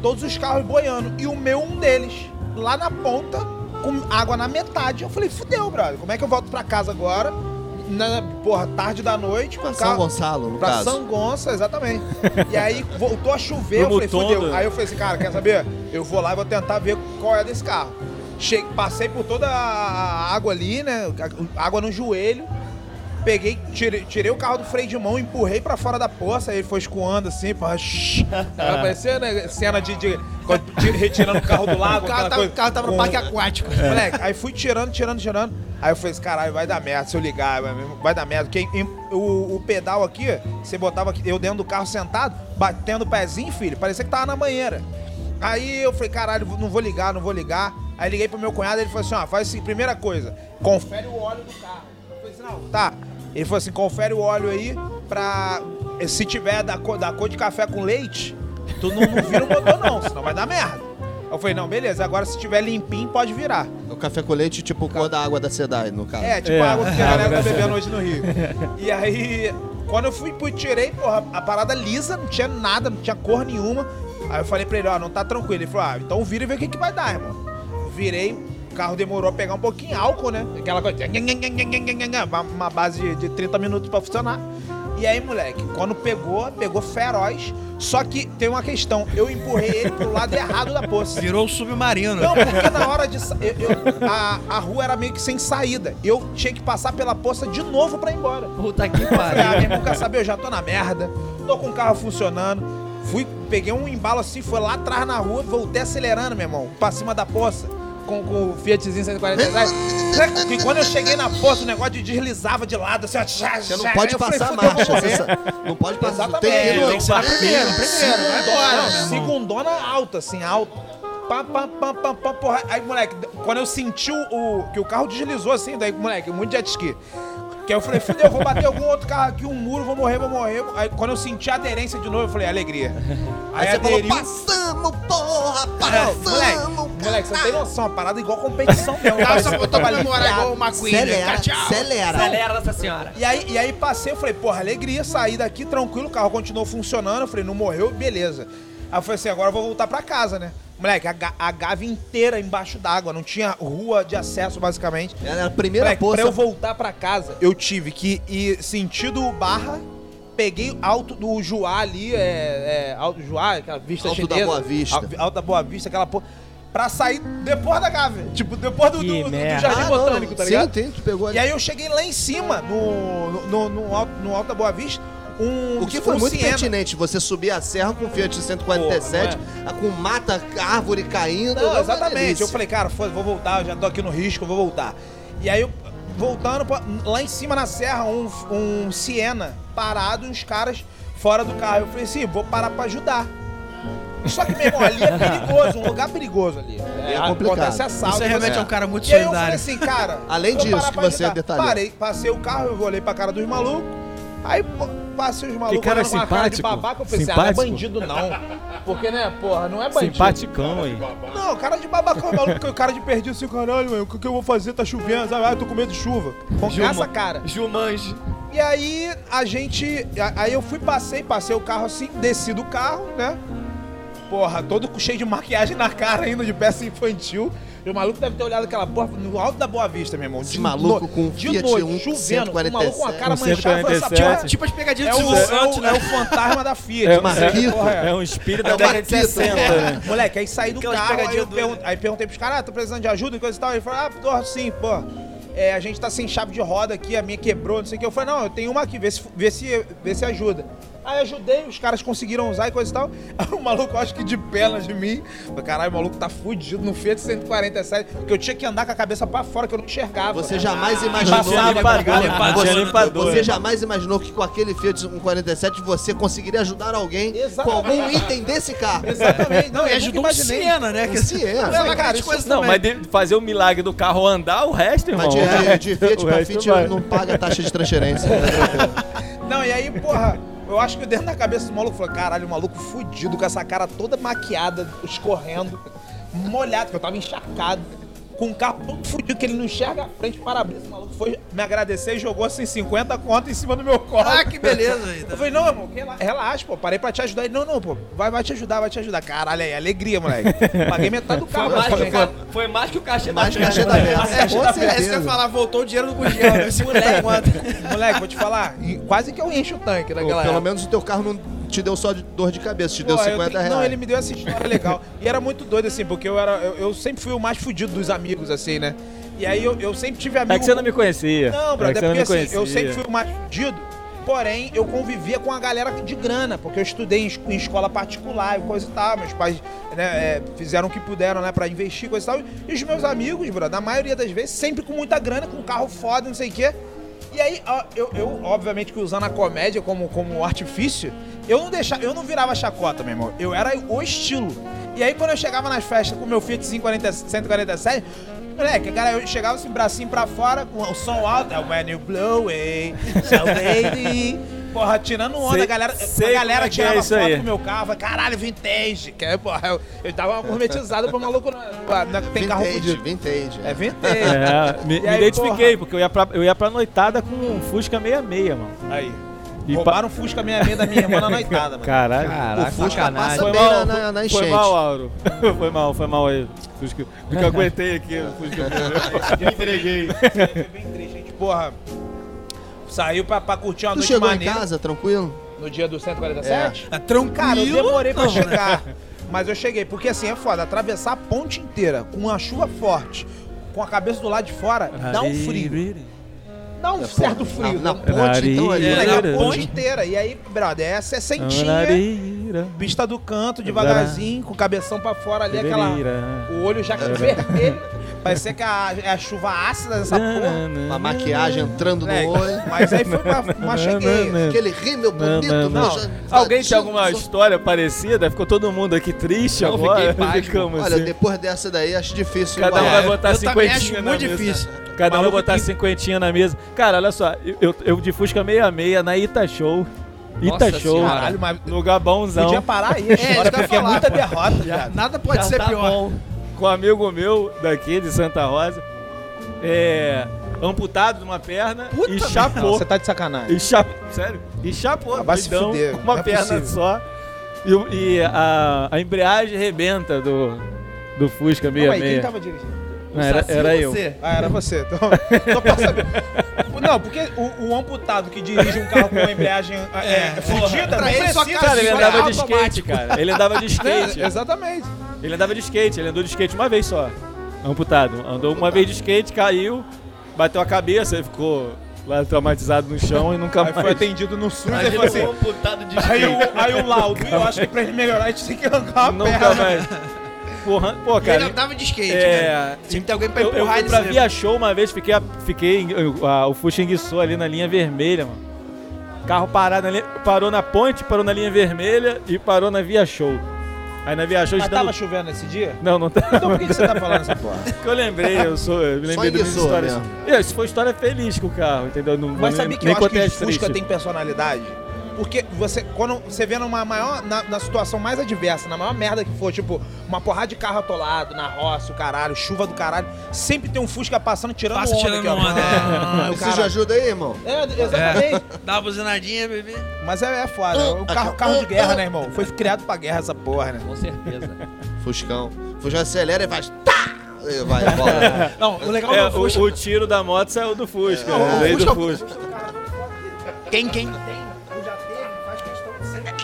todos os carros boiando. E o meu, um deles, lá na ponta, com água na metade. Eu falei, fudeu, brother. Como é que eu volto pra casa agora? Na, porra, tarde da noite, com
Pra
o
São
carro.
Gonçalo, no
Pra
caso.
São Gonça, exatamente. E aí voltou a chover, eu
Pro
falei,
Mutondo.
fudeu. Aí eu falei assim, cara, quer saber? Eu vou lá e vou tentar ver qual é desse carro. Che passei por toda a água ali, né? A- Água no joelho. Peguei, tirei, tirei o carro do freio de mão, empurrei pra fora da poça, aí ele foi escoando assim, pá, shhh. Tava parecendo né, cena de, de- quando tira- retirando o carro do lago.
O carro
aquela
tava,
coisa,
o carro tava no
com- um
parque aquático.
Moleque, aí fui tirando, tirando, tirando. Aí eu falei assim, caralho, vai dar merda se eu ligar, vai, vai dar merda. Porque em- o, o pedal aqui, você botava aqui, eu dentro do carro sentado, batendo o pezinho, filho, parecia que tava na banheira. Aí eu falei, caralho, não vou ligar, não vou ligar. Aí liguei pro meu cunhado, ele falou assim, ó, faz assim, primeira coisa, confere o óleo do carro. Eu falei assim, não, tá. Ele falou assim, confere o óleo aí pra... eh, Se tiver da cor, da cor de café com leite, tu não, não vira o motor não, senão vai dar merda. Eu falei, não, beleza, agora se tiver limpinho, pode virar.
O café com leite, tipo, cor da água da Sedai, no caso.
É, tipo
É.
a água que a
Ah,
galera tá
engraçado.
bebendo hoje no Rio. E aí, quando eu fui, fui tirei, porra, a parada lisa, não tinha nada, não tinha cor nenhuma. Aí eu falei pra ele, ó, não tá tranquilo. Ele falou, ah, então vira e vê o que, que vai dar, irmão. Virei, O carro demorou a pegar um pouquinho álcool, né? Aquela coisa. uma- Uma base de- de 30 minutos pra funcionar. E aí, moleque, quando pegou, pegou feroz. Só que tem uma questão. Eu empurrei ele pro lado errado da poça.
Virou o submarino.
Não, porque na hora de. sa- Eu, eu- a, a rua era meio que sem saída. Eu tinha que passar pela poça de novo pra ir embora.
Puta que
Falei, ah, meu
pariu.
irmão, quer saber? Eu já tô na merda. Tô com o carro funcionando. Fui, peguei um embalo assim, foi lá atrás na rua, voltei acelerando, meu irmão, pra cima da poça. Com, com o Fiatzinho 140 reais. E quando eu cheguei na poça, o negócio de deslizava de lado, assim, ó.
Você não pode passar
"Fudeu, eu vou
marcha.
morrer."
você sa- Não pode passar.
Exatamente.
Tem que ir
É, Tem
no-
que ser primeiro, primeiro, vai embora.
meu irmão.
Segundona alta, assim, alta. Pá, pá, pá, pá, pá, porra. Aí, moleque, quando eu senti o, o- que o carro deslizou assim, daí, moleque, muito jet ski. Que aí eu falei, fudeu, vou bater algum outro carro aqui, um muro, vou morrer, vou morrer. Aí quando eu senti a aderência de novo, eu falei, alegria.
Aí você falou,
aderiu.
passamos, porra,
É,
passamos.
moleque, moleque, você tem noção, uma parada é igual competição mesmo.
Tá,
parece
só
que
botou pra
tava
namorar
aliviado.
igual uma Queen.
Acelera, acelera.
Galera Nossa Senhora.
E aí, e aí passei, eu falei, porra, alegria, saí daqui tranquilo, o carro continuou funcionando, eu falei, não morreu, beleza. Aí eu falei assim, agora eu vou voltar pra casa, né? Moleque, a, ga- a gave inteira embaixo d'água, não tinha rua de acesso, basicamente.
Era É a primeira
Moleque, pra eu
poça.
voltar pra casa, eu tive que ir sentido barra, peguei alto do Juá ali, é, é, alto do Juá, aquela vista
Alto da
chinesa.
Boa Vista.
Al- Alto da Boa Vista, aquela porra. Pra sair depois da gave, tipo, depois do, do,
Que
do- do
merda.
Jardim
Ah, não,
Botânico, tá ligado?
Sim, tem, tu pegou
E
ali.
aí eu cheguei lá em cima, no, no, no, no alto, no alto da Boa Vista, um.
O que
um
foi muito
Siena.
pertinente, você subir a serra com um Fiat 147, com mata, árvore caindo.
é. Não,
é uma
exatamente.
delícia.
Eu falei, cara, foda, vou voltar, eu já tô aqui no risco, eu vou voltar. E aí, eu, voltando, pra- lá em cima na serra, um, um Siena parado e os caras fora do carro. Eu falei assim, vou parar pra ajudar. Só que, meu irmão, ali é perigoso, um lugar perigoso ali.
É complicado.
Acontece assalto.
Você realmente é um cara muito
E aí eu falei
solidário.
assim, cara.
Além
vou
disso
parar
que
pra
você é
ajudar.
detalhou.
Parei, passei o carro, eu olhei pra cara dos malucos. Aí pô, passei os malucos
cara
olhando com uma cara de
simpático.
babaca. Eu pensei, ah, não é
Simpático.
bandido não. Porque, né, porra, não é bandido.
Simpaticão aí.
Não, cara de babacão, maluco, que o cara de perdido assim, caralho, mano, o que que eu vou fazer? Tá chovendo, sabe? Ah, eu tô com medo de chuva. Com essa cara.
Jumanji.
E aí a gente. a- Aí eu fui, passei, passei o carro assim, desci do carro, né? Porra, todo cheio de maquiagem na cara ainda, de peça infantil. E o maluco deve ter olhado aquela porra no alto da Boa Vista, meu irmão.
Esse maluco com
de
Fiat
noite,
um
chovendo, o maluco com a
147.
cara
Um
manchada. falou, essa
147.
porra
Tipo as pegadinhas
É
do
o,
Silvio
é, o,
Santos, né?
é o fantasma da Fiat.
É,
mano.
é-
Que porra
é um espírito
É
da
uma
década de
pizza.
60, né?
É. Moleque, aí saí do
Aquelas
carro, aí, eu
pegadinhas doidas.
pergun- aí perguntei pros caras, ah, tô precisando de ajuda e coisa e tal. Ele falou, ah, tô sim, pô. É, a gente tá sem chave de roda aqui, a minha quebrou, não sei o que. Eu falei, não, eu tenho uma aqui, vê se, vê se, vê se ajuda. Aí ajudei, os caras conseguiram usar e coisa e tal. Aí o maluco, acho que de pernas de mim. Falei, caralho, o maluco tá fudido no Fiat 147, que eu tinha que andar com a cabeça pra Ah, fora, que eu não enxergava.
Você jamais imaginou.
Tinha limpador,
Limpador.
tinha limpador.
Você jamais imaginou que com aquele Fiat 147 você conseguiria ajudar alguém com
Exatamente. É
algum item desse carro.
Ah, Exatamente. Não,
E
eu
É, ajudou
nunca
o
imaginei.
Siena, né?
Um Siena.
Não,
Essa
cara,
cara,
isso-
coisas
Não,
também.
mas de- fazer o milagre do carro andar, o resto, irmão.
Mas de, de Fiat
O
pra
resto
Fiat
vai.
não paga taxa de transferência.
Não, e aí, porra, eu acho que dentro da cabeça do maluco falou: caralho, o maluco fudido, com essa cara toda maquiada, escorrendo, molhado, que eu tava encharcado, com o carro todo fudido, que ele não enxerga a frente, parabéns. O maluco foi me agradecer e jogou assim 50 contas em cima do meu colo.
Ah, que beleza aí.
Eu falei, não, irmão, rela- relaxa, pô, parei pra te ajudar. Ele, não, não, pô, vai, vai te ajudar, vai te ajudar. Caralho, aí, alegria, moleque. Paguei metade do carro.
Foi
né?
mais, que, o
cara.
ca- foi mais que o cachê
Mais
da
cachê
festa.
da
Assim,
merda.
É,
Com
é isso que eu ia
certeza.
falar, voltou o dinheiro do Gugel, né? 50 conto.
Moleque, vou te falar, quase que eu encho o tanque né,
Pô,
naquela
Pelo menos o teu carro não te deu só de dor de cabeça, te deu
Porra, eu
50
tenho-
reais.
Não, ele me deu essa história legal. E era muito doido, assim, porque eu era. Eu, eu sempre fui o mais fudido dos amigos, assim, né? E aí eu, eu sempre tive amigo.
É que você não me conhecia.
Não,
é que
brother,
você não
é
me
porque assim,
conhecia.
eu sempre fui o mais fudido. Porém, eu convivia com a galera de grana, porque eu estudei em, es- em escola particular e coisa e tal. Meus pais né, é, fizeram o que puderam, né, pra investir, coisa e tal. E os meus amigos, brother, na maioria das vezes, sempre com muita grana, com carro foda, não sei o quê. E aí, ó, eu, eu, obviamente que usando a comédia como, como artifício, eu não deixava, eu não virava chacota, meu irmão. Eu era o estilo. E aí quando eu chegava nas festas com meu Fiat 140 147, moleque, cara, eu chegava assim, bracinho pra fora, com o som alto, é, when you blow away, so lady. Porra, tirando onda,
Sei-
a galera,
sei
a galera
como é que é
tirava
isso
foto
aí.
com meu carro, falava, caralho, vintage. Que é, porra, eu, eu tava uma gourmetizada pro maluco, na, na, tem carro
vintage,
fudido.
vintage.
É vintage.
É, me,
E
me
aí,
identifiquei, porque eu ia, pra, eu ia pra noitada com um Fusca 66, mano.
Aí.
E pa-
Roubaram o Fusca 66 da minha irmã na noitada, mano.
Caralho.
Caraca,
O Fusca
sacanagem.
passa-
Foi
bem
mal,
na-
foi-
na- na
foi
enchente.
mal, Auro. foi mal, foi mal aí. Fusca. Nunca aguentei aqui. Fusca.
Entreguei.
Foi bem triste, a gente, porra. Saiu pra, pra curtir uma
Tu
noite
chegou em
maneira
casa, É. tranquilo?
no dia do 147?
Tá tranquilo.
Cara, eu demorei pra chegar. Mas eu cheguei, porque assim é foda, atravessar a ponte inteira com uma chuva forte, com a cabeça do lado de fora, dá um frio. Dá um certo frio.
Na, na
Dá um-
ponte, então, ali.
É,
Moleque,
na
a
ponte.
ponte inteira. E aí, brother, é 60,
Ararira,
vista do canto, devagarzinho, com o cabeção pra fora ali, aquela.
tererira.
O olho já vermelho. Parecia que a, é a chuva ácida dessa porra.
Hum.
Uma maquiagem entrando no
Moleque,
olho.
Mas aí foi pra uma cheguei.
Aquele rímel bonito.
não, não.
já-
Alguém tinha
já-
alguma história parecida? Ficou todo mundo aqui triste
Não, fiquei
agora?
pasmo.
Ficamos
Olha,
assim.
depois dessa daí, acho difícil.
Cada um
igualar.
vai botar
eu também acho
cinquentinha na
muito
mesa.
difícil.
Cada um vai
Maluco
botar
que-
cinquentinha na mesa. Cara, olha só, eu, eu, eu de Fusca 66 na Ita Show. Ita
Nossa
Show.
senhora.
Caralho, mas
Lugar bonzão.
podia parar aí a história,
isso que eu ia
porque é
falar,
muita
pô.
derrota, tá cara.
Nada pode ser pior.
com um amigo meu daqui de Santa Rosa, é, amputado de uma perna
Puta
e
merda.
Não,
chapou.
você tá de sacanagem.
E chapou, sério? E chapou,
Ah, vai se
doidão,
fuder,
com uma
não é
perna
possível.
só. E, o- e a, a embreagem rebenta do, do Fusca
Calma aí, quem tá-
66.
tava dirigindo?
Não, era
Saci,
era eu.
você.
Ah, era você. Então, só pra saber. Não, porque o, o amputado que dirige um carro com uma embreagem é, é, fudida,
Pra ele só
precisa-
Cara, ele
só
andava de
automático.
skate, cara. Ele andava de skate.
É, exatamente.
Ele andava de skate, ele andou de skate uma vez só. Amputado. Andou uma vez de skate, caiu, bateu a cabeça, e ficou lá traumatizado no chão e nunca
Aí foi
mais.
atendido no SUS e falou
Imagina
assim.
um amputado de
Aí
skate.
o, aí o laudo, eu acho que pra ele melhorar a gente tem que arrancar a
Nunca
perna.
mais. Porra, pô,
Ele
cara.
andava de skate, né? cara.
É,
Tinha que ter alguém pra
eu, eu
empurrar
fui
ele.
pra
sempre.
Via Show uma vez, fiquei, fiquei eu- a- o Fusca enguiçou ali na linha vermelha, mano. Carro parado na linha- parou na ponte, parou na linha vermelha e parou na Via Show. Aí na Via Show
Mas
estando...
tava chovendo esse dia?
Não, não tá.
Então por que, que você tá falando essa porra?
que eu lembrei, eu sou, eu me
Só
lembrei das minhas
enguiçou
histórias.
né?
mesmo.
É, Isso foi história feliz com o carro, entendeu? Não,
Mas
não,
sabia que eu
nem
acho que
contei
os
as
Fusca
tristes.
tem personalidade? Porque você, quando você vê numa maior, na, na situação mais adversa, na maior merda que for, tipo, uma porrada de carro atolado, na roça, o caralho, chuva do caralho, sempre tem um Fusca passando, tirando
Passa
onda
tirando
aqui, ó.
onda, é.
Ah, o
Isso já
caralho.
ajuda aí, irmão?
É, exatamente.
Dá uma buzinadinha, bebê.
Mas é, é foda. O carro, carro de guerra, né, irmão? Foi criado pra guerra essa porra, né?
Com certeza.
Fuscão. Fuscão acelera e faz... Tá! E vai embora.
Não, o legal
É,
é, do
o,
Fusca.
o tiro da moto saiu do Fusca. É, veio do Fusca.
Quem, quem?
Eu já teve, faz questão de sempre.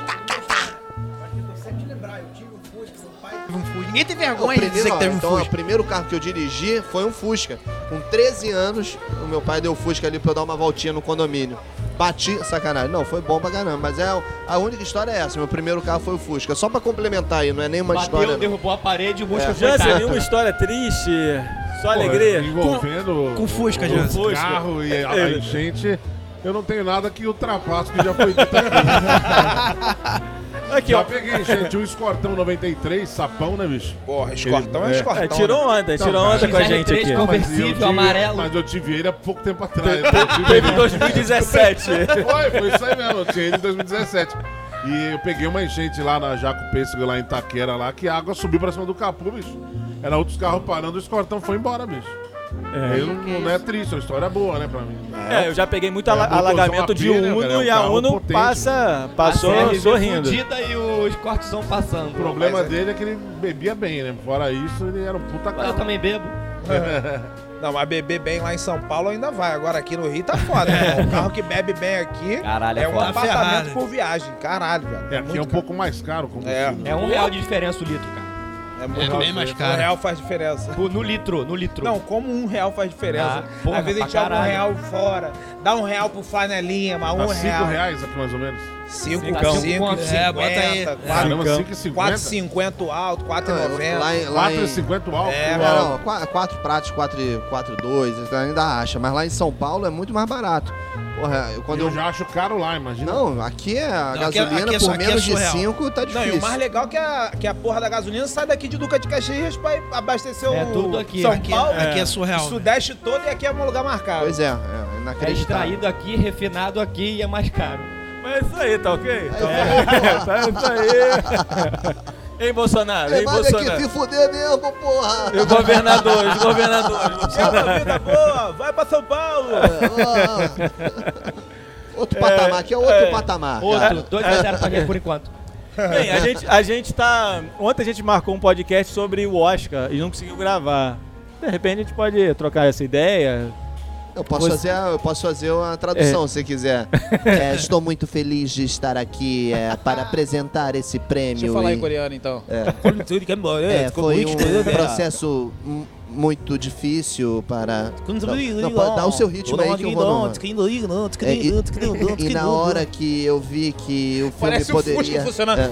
lembrar, eu tive um Fusca, seu pai.
Teve um Fusca. Ninguém tem
O
vergonha de dizer
primeiro,
que
ó,
teve um
então, ó, o
Fusca.
primeiro carro que eu dirigi foi um Fusca. Com 13 anos, o meu pai deu o Fusca ali pra eu dar uma voltinha no condomínio. Bati, sacanagem. Não, foi bom pra caramba. Mas é, a única história é essa. Meu primeiro carro foi o Fusca. Só pra complementar aí, não é nenhuma história.
Bateu,
não.
derrubou a parede, o músculo foi
Jansen,
caindo.
nenhuma história triste, só alegria.
Envolvendo
com Fusca,
o
Jansen.
Fusca.
carro e a, a enchente, eu não tenho nada que ultrapasse o que já foi dito aqui.
Aqui,
Já
ó.
peguei enchente, um escortão 93, sapão, né, bicho?
Porra, escortão é,
É.
É,
escortão.
tirou onda, tirou onda com a gente
XR3
aqui.
com-
Mas eu
Conversível,
tive-
amarelo.
Mas eu tive ele há pouco tempo atrás. Eu tive
Teve
ele-
2017.
Foi, foi isso aí mesmo. Eu tinha ele em 2017. E eu peguei uma enchente lá na Jaco Pêssego, lá em Itaquera, lá, que a água subiu pra cima do capô, bicho. Era outros carros parando, o escortão foi embora, bicho. É, eu não, não é triste, é uma história boa, né, pra mim.
É, eu já peguei muito ala-
É, botou
alagamento de
uma pilha,
Uno
cara, é um
e a
carro
Uno
potente.
passa, passou
A CRV
sorrindo.
fudida e os cortezão passando.
O problema dele é que ele bebia bem, né? Fora isso, ele era um puta
Mas Eu
cara.
também bebo.
Não, mas beber bem lá em São Paulo ainda vai. Agora aqui no Rio tá foda, né? irmão? O carro que bebe bem aqui
Caralho,
é um
foda.
apartamento
Ferrari.
por viagem. Caralho, velho.
É, aqui é um pouco mais caro como
É.
É um real de diferença o litro, cara.
É muito
É bem mais
Um
caro.
real faz diferença.
No litro, no litro.
Não, como um real faz diferença.
Ah, porra,
Às vezes a gente
pra
joga um
caralho.
real fora, dá um real pro flanelinha, mas um
Tá 5
real.
reais aqui, mais ou menos.
Cinco,
Tá cinco
cinco, cinco,
conto.
É, bota aí.
Quatro,
Caramba, 5,50?
4,50 alto,
Ah,
4,90.
Lá, em- lá em-
4,50 alto.
É,
É,
mano.
não, 4 pratos, 4 2, então ainda acha. Mas lá em São Paulo é muito mais barato. Porra, eu- quando eu.
Eu já acho caro lá, imagina.
Não, aqui é a
Não, aqui é-
gasolina
aqui é só-
por
aqui é
menos de
surreal.
5 tá
Não, e
difícil.
o mais legal é que a, que a porra da gasolina sai daqui de Duca de Caxias pra abastecer
É
o
tudo aqui.
São
Aqui,
Paulo,
aqui é
o
surreal.
Sudeste todo e aqui é um lugar marcado.
Pois é, é
É
inacreditável.
extraído aqui, refinado aqui e é mais caro.
Mas é isso aí, tá ok? Tá ok? Tá isso aí. Ei, Bolsonaro, ei,
Levado aqui,
Bolsonaro.
se fuder mesmo, porra!
E o governador, os governadores.
É uma vida boa, vai pra São Paulo!
Ah, Outro patamar, aqui é outro patamar. cara.
É.
Outro, 2 a 0 pra mim por enquanto.
Bem, a gente, a gente tá. Ontem a gente marcou um podcast sobre o Oscar e não conseguiu gravar. De repente a gente pode trocar essa ideia.
Eu posso,
Você-
fazer, a- eu posso fazer uma tradução se quiser. É, estou muito feliz de estar aqui é, para apresentar esse prêmio.
Deixa eu falar
e-
em coreano então.
É, foi um processo mu- muito difícil para. Não, não, pode dar o seu ritmo aí que eu vou. no- É, e, e na hora que eu vi que o filme
Parece o
poderia.
Fusca funcionando.
É.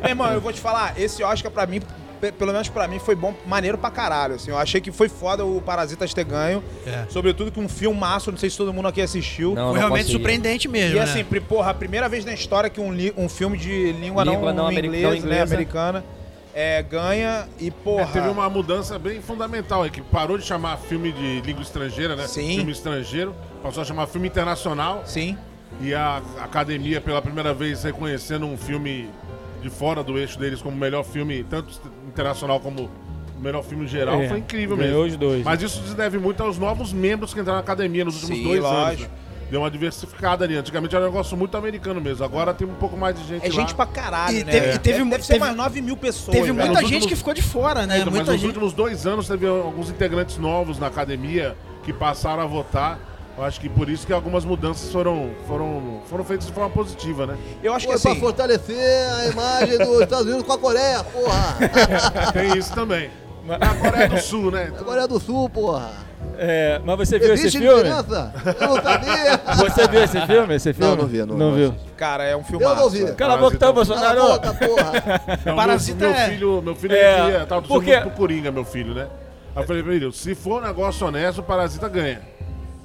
Meu irmão, eu vou te falar, esse Oscar pra mim, pe- pelo menos pra mim, foi bom, maneiro pra caralho, assim. Eu achei que foi foda o Parasitas ter ganho.
É.
Sobretudo que um filmaço, não sei se todo mundo aqui assistiu.
Não,
Foi realmente
consegui.
surpreendente mesmo,
E
né?
assim, pri- porra, a primeira vez na história que um, li- um filme de língua,
Língua
não,
não ameri-
inglesa,
não
Né,
inglesa.
americana é, ganha e, porra.
É, teve uma mudança bem fundamental, é que parou de chamar filme de língua estrangeira, né?
Sim.
Filme estrangeiro, passou a chamar filme internacional
Sim.
e a academia pela primeira vez reconhecendo um filme de fora do eixo deles como melhor filme, tanto est- internacional como melhor filme geral,
É,
foi incrível
ganhou
mesmo.
os dois.
Mas isso se deve muito aos novos membros que entraram na academia nos últimos
Sim,
dois anos.
lógico.
né? Deu uma diversificada ali. Antigamente era um negócio muito americano mesmo. Agora tem um pouco mais de gente
É
lá.
gente pra caralho,
E
né?
teve- e teve-
deve, deve ser
teve-
mais 9 mil pessoas.
Teve
velho.
muita
nos
gente
últimos-
que ficou de fora, né?
Então, mas
muita
nos
gente.
últimos dois anos teve alguns integrantes novos na academia que passaram a votar. Eu acho que por isso que algumas mudanças foram, foram, foram feitas de forma positiva, né?
Eu acho que
Foi pra
assim.
fortalecer a imagem dos Estados Unidos com a Coreia, porra!
Tem isso também. Na Coreia do Sul, né?
A Coreia do Sul, porra!
É, mas você viu esse
Existe
filme?
diferença? Eu não sabia!
Você viu esse filme? Esse filme?
não vi, não-
Não
não
viu.
Cara, é um filme.
Eu né? não vi.
Cala a boca, tá,
Parasita.
Cala
Bolsonaro!
a boca, porra!
Não,
Parasita
meu, meu
é-
filho, meu filho
é,
ele queria, tava torcendo
porque-
muito tá pro Coringa, meu filho, né? Aí eu falei pra ele, se for um negócio honesto, o Parasita ganha.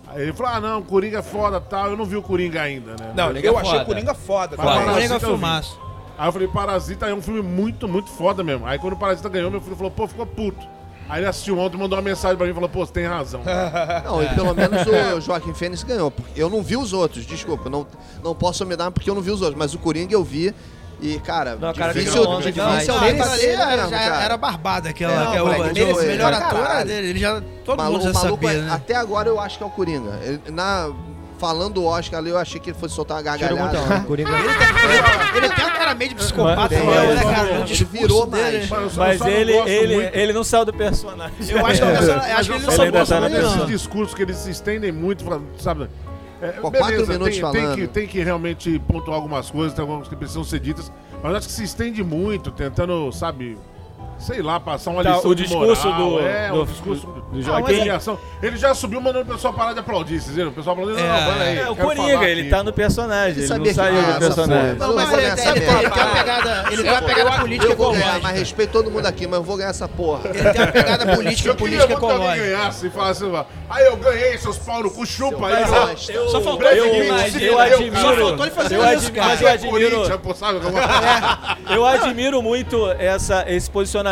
Aí ele falou, ah não, Coringa é foda tal, eu não vi o Coringa ainda, né?
Não,
Coringa
eu
é
achei
foda.
Coringa foda.
Foda.
também.
Parasita
Coringa
eu vi.
filmaço.
Aí eu falei, Parasita é um filme muito, muito foda mesmo. Aí quando o Parasita ganhou, meu filho falou, pô, ficou puto. Aí ele assistiu ontem, mandou uma mensagem pra mim e falou, pô, você tem razão.
É.
Não, e pelo menos o Joaquim Fênix ganhou. porque Eu não vi os outros, desculpa. Não, não posso me dar porque eu não vi os outros, mas o Coringa eu vi. E, cara,
Não, cara,
difícil,
ganhou ontem,
difícil
não.
é o
Ah,
merecia,
aquela ali era,
mesmo,
já
cara.
era barbada aquela.
É, não,
aquela
moleque,
melhor-
merecia,
melhor
cara.
ator era dele, ele já. Todo
Malu-
mundo já
o maluco,
sabia,
é-
né?
até agora eu acho que é o Coringa. Ele- na, falando do Oscar ali, eu achei que ele fosse soltar uma gargalhada.
né?
Ele tem uma cara meio de psicopata,
Tem,
né,
mas-
cara? O
ele
discurso
virou
dele-
mais.
eu só- eu
Mas
só não
ele,
gosto
ele,
muito.
ele não saiu do personagem. É.
Eu acho que, a pessoa- eu acho que ele não
Mas eu
ainda tá
só
soube
na
gosto muito
prisão.
desses
não.
discursos que eles se estendem muito, fa- sabe? É,
Pô, quatro minutos
tem,
falando.
Tem que, tem que realmente pontuar algumas coisas, tem algumas que precisam ser ditas, mas acho que se estende muito, tentando, sabe, sei lá, passar uma
Tá,
lição
o
de
discurso
moral,
do-
é,
do-
o discurso
do- do
Ah, mas
Joaquim.
é ação. Ele já subiu mandando o pessoal parar de aplaudir, vocês viram? O pessoal aplaudindo,
É,
não, para aí.
É, o
quero falar
Coringa, ele
aqui.
tá no personagem, ele não
que
saiu do
Ah, essa porra.
personagem.
Não, mas
ele,
olha
ele,
essa
ele tem
merda.
uma pegada, ele tem uma pegada é, política
Eu vou ganhar,
ecológica.
mas respeito todo mundo aqui, mas eu vou ganhar essa porra.
Ele tem uma pegada
tipo
política,
Eu queria
política
muito que alguém
ecológica.
ganhasse e falasse, aí eu ganhei, seus pau no cu, chupa aí.
Mas,
ó.
ó,
Só faltou
ele
eu,
fazer
mas
isso,
eu
né?
admiro.
Só
faltou ele fazer
eu
isso,
admiro,
cara.
mas eu
É
admiro.
Corinthians, pô, sabe? É.
Eu admiro muito essa, esse posicionamento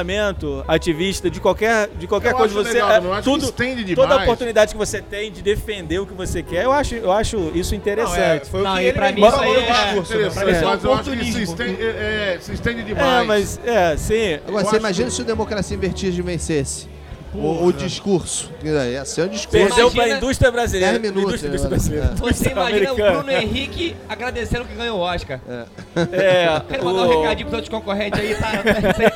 ativista de qualquer, de qualquer
Eu
coisa
acho
você
legal
é,
também, eu acho que
tudo
estende
toda
demais.
oportunidade que você tem de defender o que você quer. Eu acho, eu acho isso
Não, é,
interessante.
foi o
Não,
que
e
ele
pra
me
mim isso
falou
aí
no
é
discurso. né?
Interessante,
é um
mas eu acho que se
oportunismo.
estende, é, é, se estende
É,
demais.
mas é, sim.
Agora,
Eu
você
acho
imagina
que-
se o Democracia em Vertigem vencesse. O, o discurso. Ia ser um discurso.
Perdeu pra
imagina-
indústria
10
brasileira.
minutos.
Indústria,
né,
indústria
mano?
brasileira.
Você imagina o
Americano.
Bruno Henrique agradecendo que ganhou o Oscar.
É,
Quero mandar um
o-
recadinho pros outros concorrentes aí, tá? Isso aí,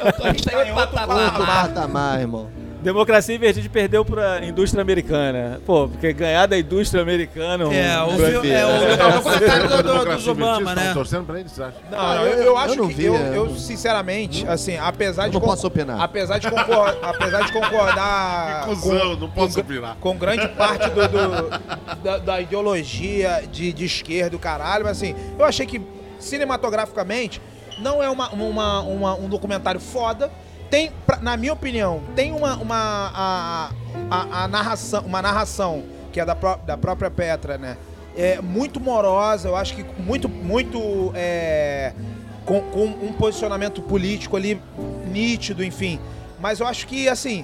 eu tô- Isso aí é outro
É.
patamar.
Outro patamar, irmão.
Democracia em Vertigem perdeu pra indústria americana. Pô, porque ganhar da indústria americana. um-
É, o
Brasil-
filme- é
Você
o
tava
documentário
torcendo
do,
pra
do,
democracia
dos Obama,
invertida? Tava
né?
torcendo pra eles, você acha?
Não, eu, eu acho
não
que
vi,
eu,
né?
eu, sinceramente, assim, apesar de
não
con-
posso opinar.
apesar de concordar, apesar de concordar
Que
com,
Ah, cuzão, não posso opinar.
com grande parte do, do- da, da ideologia de, de esquerda, o caralho, mas assim, eu achei que cinematograficamente não é uma, uma- uma- um documentário foda. Tem, pra- na minha opinião, tem uma, uma- a, a- a narração, uma narração que é da, pró- da própria Petra, né? É muito morosa, eu acho que muito, muito é, com, com um posicionamento político ali nítido, enfim. Mas eu acho que assim,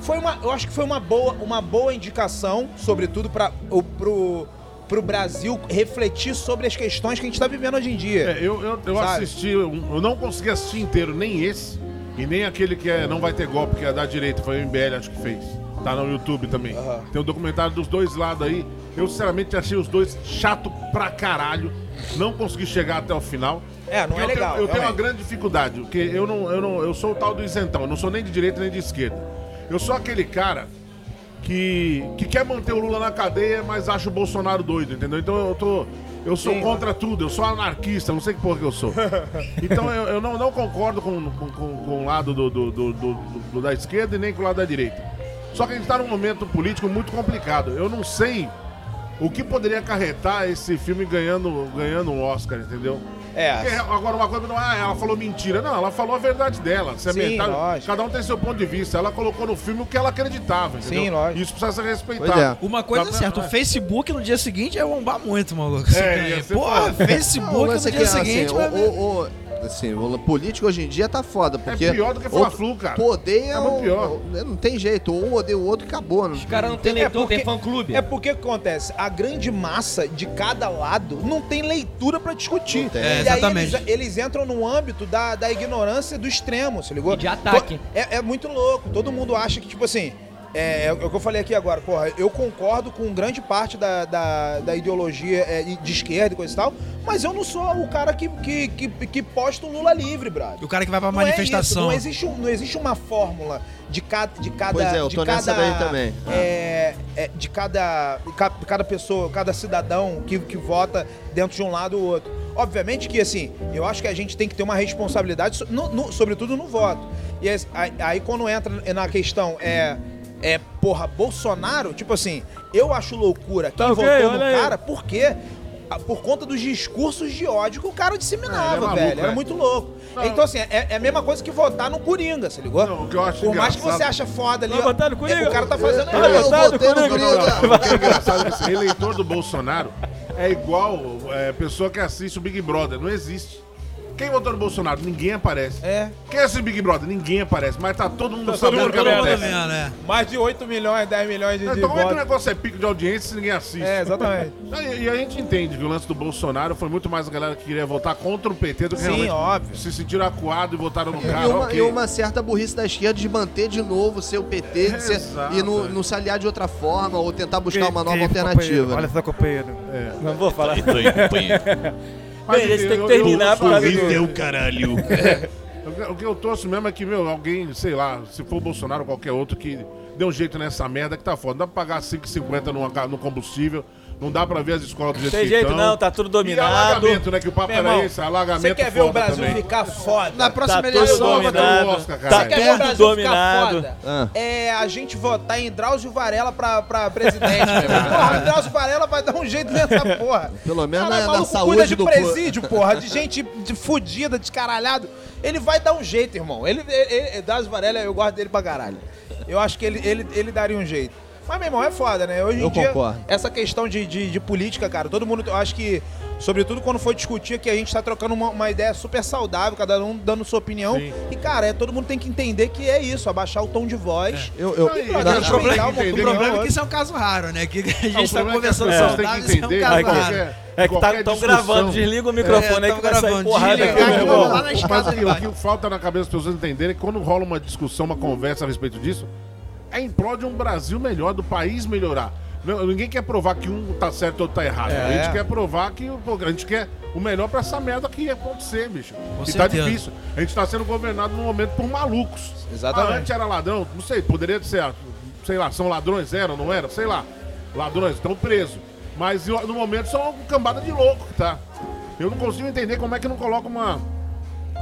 foi uma, eu acho que foi uma boa, uma boa indicação, sobretudo para o pro, pro Brasil refletir sobre as questões que a gente está vivendo hoje em dia.
É, eu, eu, eu
Sabe?
assisti, um- eu não consegui assistir inteiro, nem esse, e nem aquele que é Não Vai Ter Golpe, que é da direita, foi o MBL, acho que fez. Tá no YouTube também. Tem um documentário dos dois lados aí. Eu, sinceramente, achei os dois chato pra caralho. Não consegui chegar até o final.
É, não é
eu
legal,
Tenho, eu tenho uma
realmente.
grande dificuldade, porque eu não, eu não, eu sou o tal do isentão, eu não sou nem de direita nem de esquerda. Eu sou aquele cara que, que quer manter o Lula na cadeia, mas acha o Bolsonaro doido, entendeu? Então eu tô. Eu sou contra tudo, eu sou anarquista, não sei que porra que eu sou. Então eu, eu não, não concordo com, com, com- com o lado do, do- do- do- do- da esquerda e nem com o lado da direita. Só que a gente está num momento político muito complicado. Eu não sei o que poderia acarretar esse filme ganhando, ganhando um Oscar, entendeu? Porque
É,
agora uma coisa não ah, ela falou mentira. Não, ela falou a verdade dela. Isso é
Sim,
mental.
lógico.
Cada um tem seu ponto de vista. Ela colocou no filme o que ela acreditava, entendeu?
Sim, lógico.
Isso precisa ser
Pois é.
respeitado.
Uma coisa é certa, o Facebook no dia seguinte ia bombar muito, maluco.
É,
Você
ia
ganha.
ser
Porra,
foda.
Facebook
Não, o
no
lance
dia
é que,
seguinte. vai
assim,
ver.
o, o- o- assim, o político hoje em dia tá foda, porque...
É pior do que falar flu, cara.
Pô, odeia
Acabou
um-
pior.
um- Não tem jeito, ou um odeia o outro e acabou. Não,
Os caras não tem
É
leitor,
porque-
tem fã-clube.
é porque o que acontece? A grande massa de cada lado não tem leitura pra discutir.
Não tem.
É,
E aí
exatamente.
eles, eles entram no âmbito da, da ignorância do extremo, se ligou?
E de ataque.
To- É, é muito louco. Todo mundo acha que, tipo assim, é, é o que eu falei aqui agora, porra, eu concordo com grande parte da, da, da ideologia é, e de esquerda e coisa e tal, mas eu não sou o cara que, que, que, que posta o Lula livre, brother.
O cara que vai pra
Não é isso,
manifestação.
não, existe, um- não existe uma fórmula de cada. De cada
Pois é, eu
de
tô nessa
cada,
daí também. Ah.
é, é, de cada, ca- cada pessoa, cada cidadão que, que vota dentro de um lado ou outro. Obviamente que, assim, eu acho que a gente tem que ter uma responsabilidade, so- no- no- sobretudo no voto. E aí, aí- aí quando entra na questão é. É, porra, Bolsonaro, tipo assim, eu acho loucura quem
Tá ok,
votou no
olha aí.
cara, por quê? Ah, Por conta dos discursos de ódio que o cara disseminava,
É, ele é maluco,
velho. Era
é.
muito louco.
Não,
então, assim, é, é a mesma coisa que votar no Coringa, se ligou?
Não, o que eu acho
Por mais que
engraçado-
você acha foda ali,
Vai
ó,
votar no
é,
Coringa?
o cara tá fazendo
Eu-
errado.
eu- Votado
votei no
comigo.
Coringa.
É engraçado que esse eleitor do Bolsonaro é igual é, pessoa que assiste o Big Brother. Não existe. Quem votou no Bolsonaro? Ninguém aparece.
É.
Quem assiste o Big Brother? Ninguém aparece. Mas tá todo mundo
Todo
sabendo o
mundo
que
todo mundo
acontece.
vendo, é.
Mais de 8 milhões, 10 milhões de, de
Então como é que o
votos.
negócio é pico de audiência se ninguém assiste?
É, exatamente.
Ah, E, e a gente entende que o lance do Bolsonaro foi muito mais a galera que queria votar contra o PT do que
Sim,
realmente
óbvio.
se sentiram acuados e votaram no
E
cara.
uma,
ok.
e uma certa burrice da esquerda de manter de novo o seu PT de ser-
Exato.
e não, não se aliar de outra forma ou tentar buscar uma nova
Querido companheiro,
alternativa. né?
Olha só, companheiro.
Não vou falar.
Mas,
Bem, a gente
enfim,
tem que
eu-
terminar
eu-
por causa do-
um O que- O que eu torço mesmo é que, meu, alguém, sei lá, se for o Bolsonaro ou qualquer outro, que dê um jeito nessa merda que tá foda. Não dá pra pagar 5,50 numa ca- no combustível, não dá pra ver as escolas do jeito
Tem
que
jeito
tão.
não, tá tudo
E
dominado.
alagamento, né? Que o papo
Meu irmão,
era esse, alagamento
Você quer ver o
É foda
Brasil
também.
ficar foda?
Na próxima
tá
eleição.
todo
Só vai ter um
dominado.
Oscar,
tá
caralho.
Você quer ver o
tudo
Brasil ficar
dominado.
foda?
Ah.
É a gente votar em Drauzio Varela pra, pra presidente. meu irmão. porra, Drauzio Varela vai dar um jeito nessa porra.
Pelo menos
Caralho,
na- na
maluco
saúde
cuida de
do
presídio, porra, de gente de fudida, descaralhado. Ele vai dar um jeito, irmão. Ele, ele, ele- Drauzio Varela, eu gosto dele pra caralho. Eu acho que ele, ele, ele daria um jeito. Mas, meu irmão, é foda, né? Hoje em
Eu
dia,
concordo.
essa questão de, de, de política, cara, todo mundo, eu acho que, sobretudo quando for discutir, que a gente tá trocando uma, uma ideia super saudável, cada um dando sua opinião. E, cara, é, todo mundo tem que entender que é isso, abaixar o tom de voz.
É.
Eu, eu,
Não, e-
na-
Não,
O problema,
Legal,
o
entendeu?
problema é que isso é um caso raro, né? Que a
Não,
gente
o
tá
problema é que as
saudável,
pessoas
isso
têm que
é um
entender
caso
que
raro.
qualquer-
É que
qualquer
estão
discussão-
gravando, desliga o microfone
É,
aí
tão
que vai sair
gravando,
porrada aqui.
desliga,
meu
cara,
irmão.
lá na
Mas assim,
escada.
o que falta na cabeça das pessoas entenderem é que quando rola uma discussão, uma conversa a respeito disso, é em prol de um Brasil melhor, do país melhorar. Não, Ninguém quer provar que um tá certo e outro tá errado.
É.
A gente quer provar que o- pô, a gente quer o melhor pra essa merda que ia acontecer, bicho. e tá
certeza.
difícil. A gente tá sendo governado no momento por malucos.
Exatamente.
Ah, antes era ladrão, não sei, poderia ser, ah, sei lá, são ladrões, eram, não era, sei lá. Ladrões estão presos. Mas eu- no momento são uma cambada de louco, tá? Eu não consigo entender como é que não coloca uma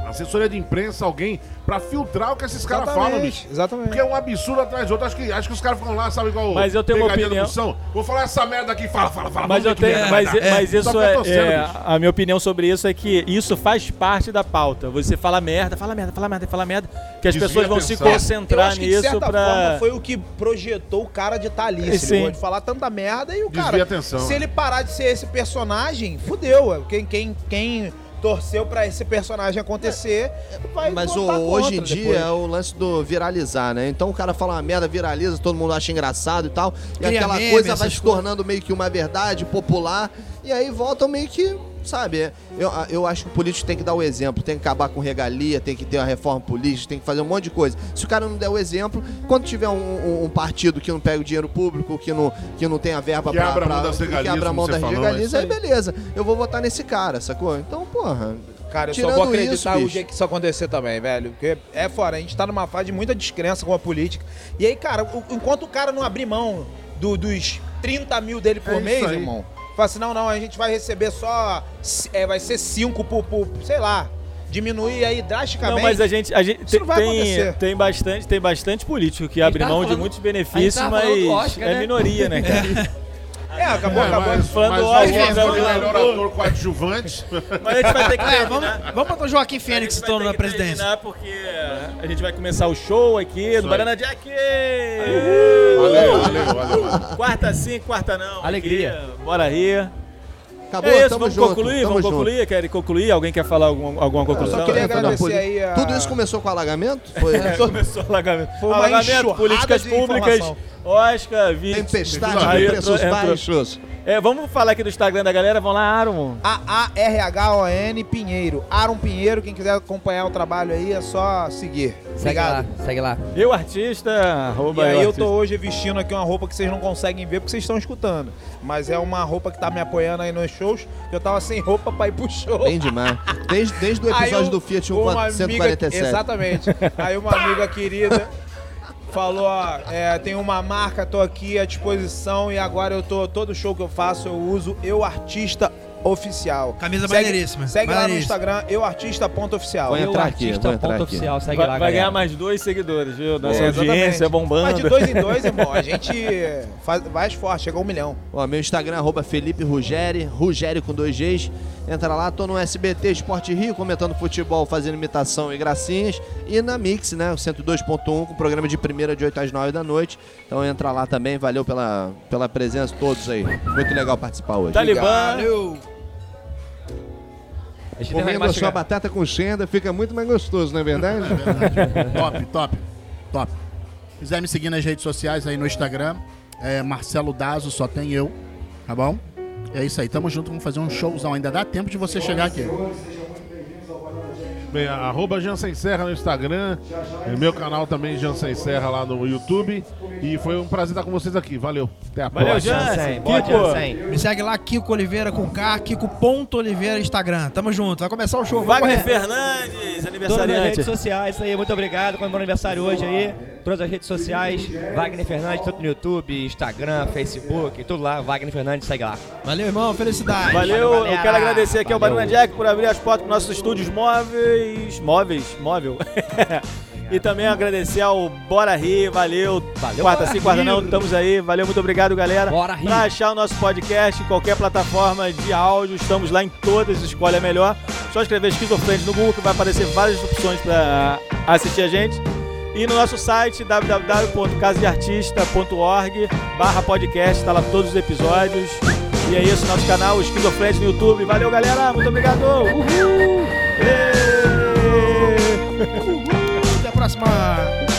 assessoria de imprensa, alguém, pra filtrar o que esses caras falam, bicho.
Exatamente.
Porque é um absurdo atrás de outro. Acho que, acho que os caras ficam lá, sabe, igual
Mas eu tenho uma
pegadinha
opinião.
do Moção. Vou falar essa merda aqui, fala, fala, fala.
Mas
vamos
eu
ver que
tenho,
merda
mas,
vai dar.
mas
Só
isso
que eu
é,
tô sendo,
é,
bicho.
a minha opinião sobre isso é que isso faz parte da pauta. Você fala merda, fala merda, fala merda, fala merda, que as
Desvia
pessoas vão
a
se
atenção.
eu
concentrar
acho que, de
nisso
certa
pra
forma, foi o que projetou o cara de estar ali,
É,
se ligou?
sim.
de falar tanta merda e o
Desvia
cara.
a atenção,
se
é.
ele parar de ser esse personagem, fudeu. ué. Quem, quem, quem torceu pra esse personagem acontecer vai
É, Mas o-
votar
hoje em
contra
dia
depois.
é o lance do viralizar, né? Então o cara fala uma merda, viraliza, todo mundo acha engraçado e tal. E
Cria
aquela
meme,
coisa vai
essas
se tornando meio que uma verdade popular. E aí voltam meio que sabe, é- eu, a- eu acho que o político tem que dar o exemplo, tem que acabar com regalia, tem que ter uma reforma política, tem que fazer um monte de coisa. Se o cara não der o exemplo, quando tiver um, um- um partido que não pega o dinheiro público, que não, que não tem a verba
Que
pra,
abra a mão
pra-
das
que
regalias,
abra a
como
mão
você
das
falou,
regalias,
é
aí
isso aí.
beleza, eu vou votar nesse cara, sacou? Então, porra,
Cara, eu
Tirando
só vou acreditar
isso,
o
bicho.
dia que isso acontecer também, velho. Porque é fora, a gente tá numa fase de muita descrença com a política. E aí, cara, o- enquanto o cara não abrir mão do- dos 30 mil dele por
É isso
mês,
aí.
irmão, fala assim, não, não, a gente vai receber só. é, vai ser 5 por, por, sei lá, diminuir aí drasticamente. É,
Não, mas a gente, a gente
Isso não vai
tem,
acontecer.
tem, bastante, tem bastante político que abre
tava
mão de
falando-
muitos
a
benefícios,
gente tava
mas
falando do Oscar,
é
né?
minoria, né, cara?
É,
um
acabou, acabou.
Falando
mas o
ótimo, né,
Oscar foi o
Bruno?
melhor ator coadjuvante.
Mas a gente vai ter que
É,
terminar.
vamos, vamos botar o Joaquim Fênix
A gente vai
então
ter
na
que
presidência.
terminar Porque a gente vai começar o show aqui do
aí.
Banana Jack.
Valeu, valeu, valeu.
Quarta sim, quarta não.
Alegria.
Aqui, Bora rir.
acabou,
é isso,
tamo
vamos
junto.
concluir?
tamo
Vamos
junto.
concluir? Querem concluir? Alguém quer falar algum, alguma
Eu
conclusão?
só queria
Eu queria
agradecer
agradecer aí a- É.
Tudo isso começou com alagamento? Foi
Começou o alagamento.
Foi uma
alagamento,
enxurrada
políticas
de
públicas,
informação.
Oscar, vídeo.
tempestade
Aí
de
entrou-
preços
entrou.
baixos.
É, vamos falar aqui do Instagram da galera. Vão lá, Aron.
A-A-R-H-O-N Pinheiro. Aaron Pinheiro, quem quiser acompanhar o trabalho aí, é só seguir.
Segue
Obrigado.
lá, segue lá.
Eu artista,
E
arroba
aí eu
artista.
tô hoje vestindo aqui uma roupa que vocês não conseguem ver porque vocês estão escutando. Mas é uma roupa que tá me apoiando aí nos shows. que Eu tava sem roupa pra ir pro show.
Bem demais. Desde, desde o episódio
Aí o-
do Fiat
uma amiga-
147.
Exatamente. Aí uma amiga querida falou, ó, é, tem uma marca, tô aqui à disposição e agora eu tô, todo show que eu faço eu uso Eu Artista Oficial.
Camisa
Segue-
maneiríssima,
Segue lá no
maneiríssima.
Instagram, euartista.oficial.
Vai
Eu,
entrar aqui,
artista,
vou entrar
ponto
aqui.
oficial, segue
Vai,
lá,
vai ganhar
galera.
mais dois seguidores, viu? Nossa
É,
audiência
exatamente.
bombando.
Mas de dois em dois, irmão, a gente faz, vai esforço, chegou um milhão.
Ó, meu Instagram, arroba Felipe Ruggeri, Ruggeri com dois Gs. Entra lá, tô no SBT Esporte Rio, comentando futebol, fazendo imitação e gracinhas. E na Mix, né, o 102.1, com programa de primeira de 8 às 9 da noite. Então entra lá também, valeu pela, pela presença todos aí. Muito legal participar
Tá
hoje.
Talibã.
Valeu!
Deixa eu
Comendo a sua
mastigar.
batata com chenda fica muito mais gostoso, não é verdade?
né? top, top, top. Quiser me seguir nas redes sociais aí no Instagram, é Marcelo Dazo, só tem eu, tá bom? É isso aí, tamo junto, vamos fazer um showzão. Ainda dá tempo de você chegar aqui.
Bem, arroba Jansen Serra no Instagram, é meu canal também, Jansen Serra, lá no YouTube. E foi um prazer estar com vocês aqui. Valeu. Até a
Valeu,
próxima.
Jansen.
Jansen, bora,
Kiko.
Jansen.
Me segue lá, Kiko Oliveira com K, Kiko.Oliveira Instagram. Tamo junto, vai começar o show. vamos
Wagner
correr.
Fernandes,
Todas as
aniversariante.
redes sociais, isso aí, muito obrigado. Comemorando aniversário hoje aí. Todas as redes sociais, Wagner Fernandes, tanto no YouTube, Instagram, Facebook, tudo lá, Wagner Fernandes, segue lá.
Valeu, irmão, felicidade.
Valeu,
Valeu, galera.
eu quero agradecer aqui ao
Valeu.
Banana Jack por abrir as portas para nossos estúdios móveis. Móveis, móvel. e também agradecer ao Bora Rir, valeu.
Valeu,
quarta
Bora
sim, quarta não,
Rir.
estamos aí. Valeu, muito obrigado, galera.
Bora Rir.
Pra achar o nosso podcast em qualquer plataforma de áudio, estamos lá em todas, escolha a melhor. Só escrever esquizofrênico no Google que vai aparecer várias opções para assistir a gente. E no nosso site www.casadeartista.org barra podcast, tá lá todos os episódios. E é isso, nosso canal Esquizofrênico no YouTube. Valeu, galera. Muito obrigado. Uhul. Êêê.
Até a próxima.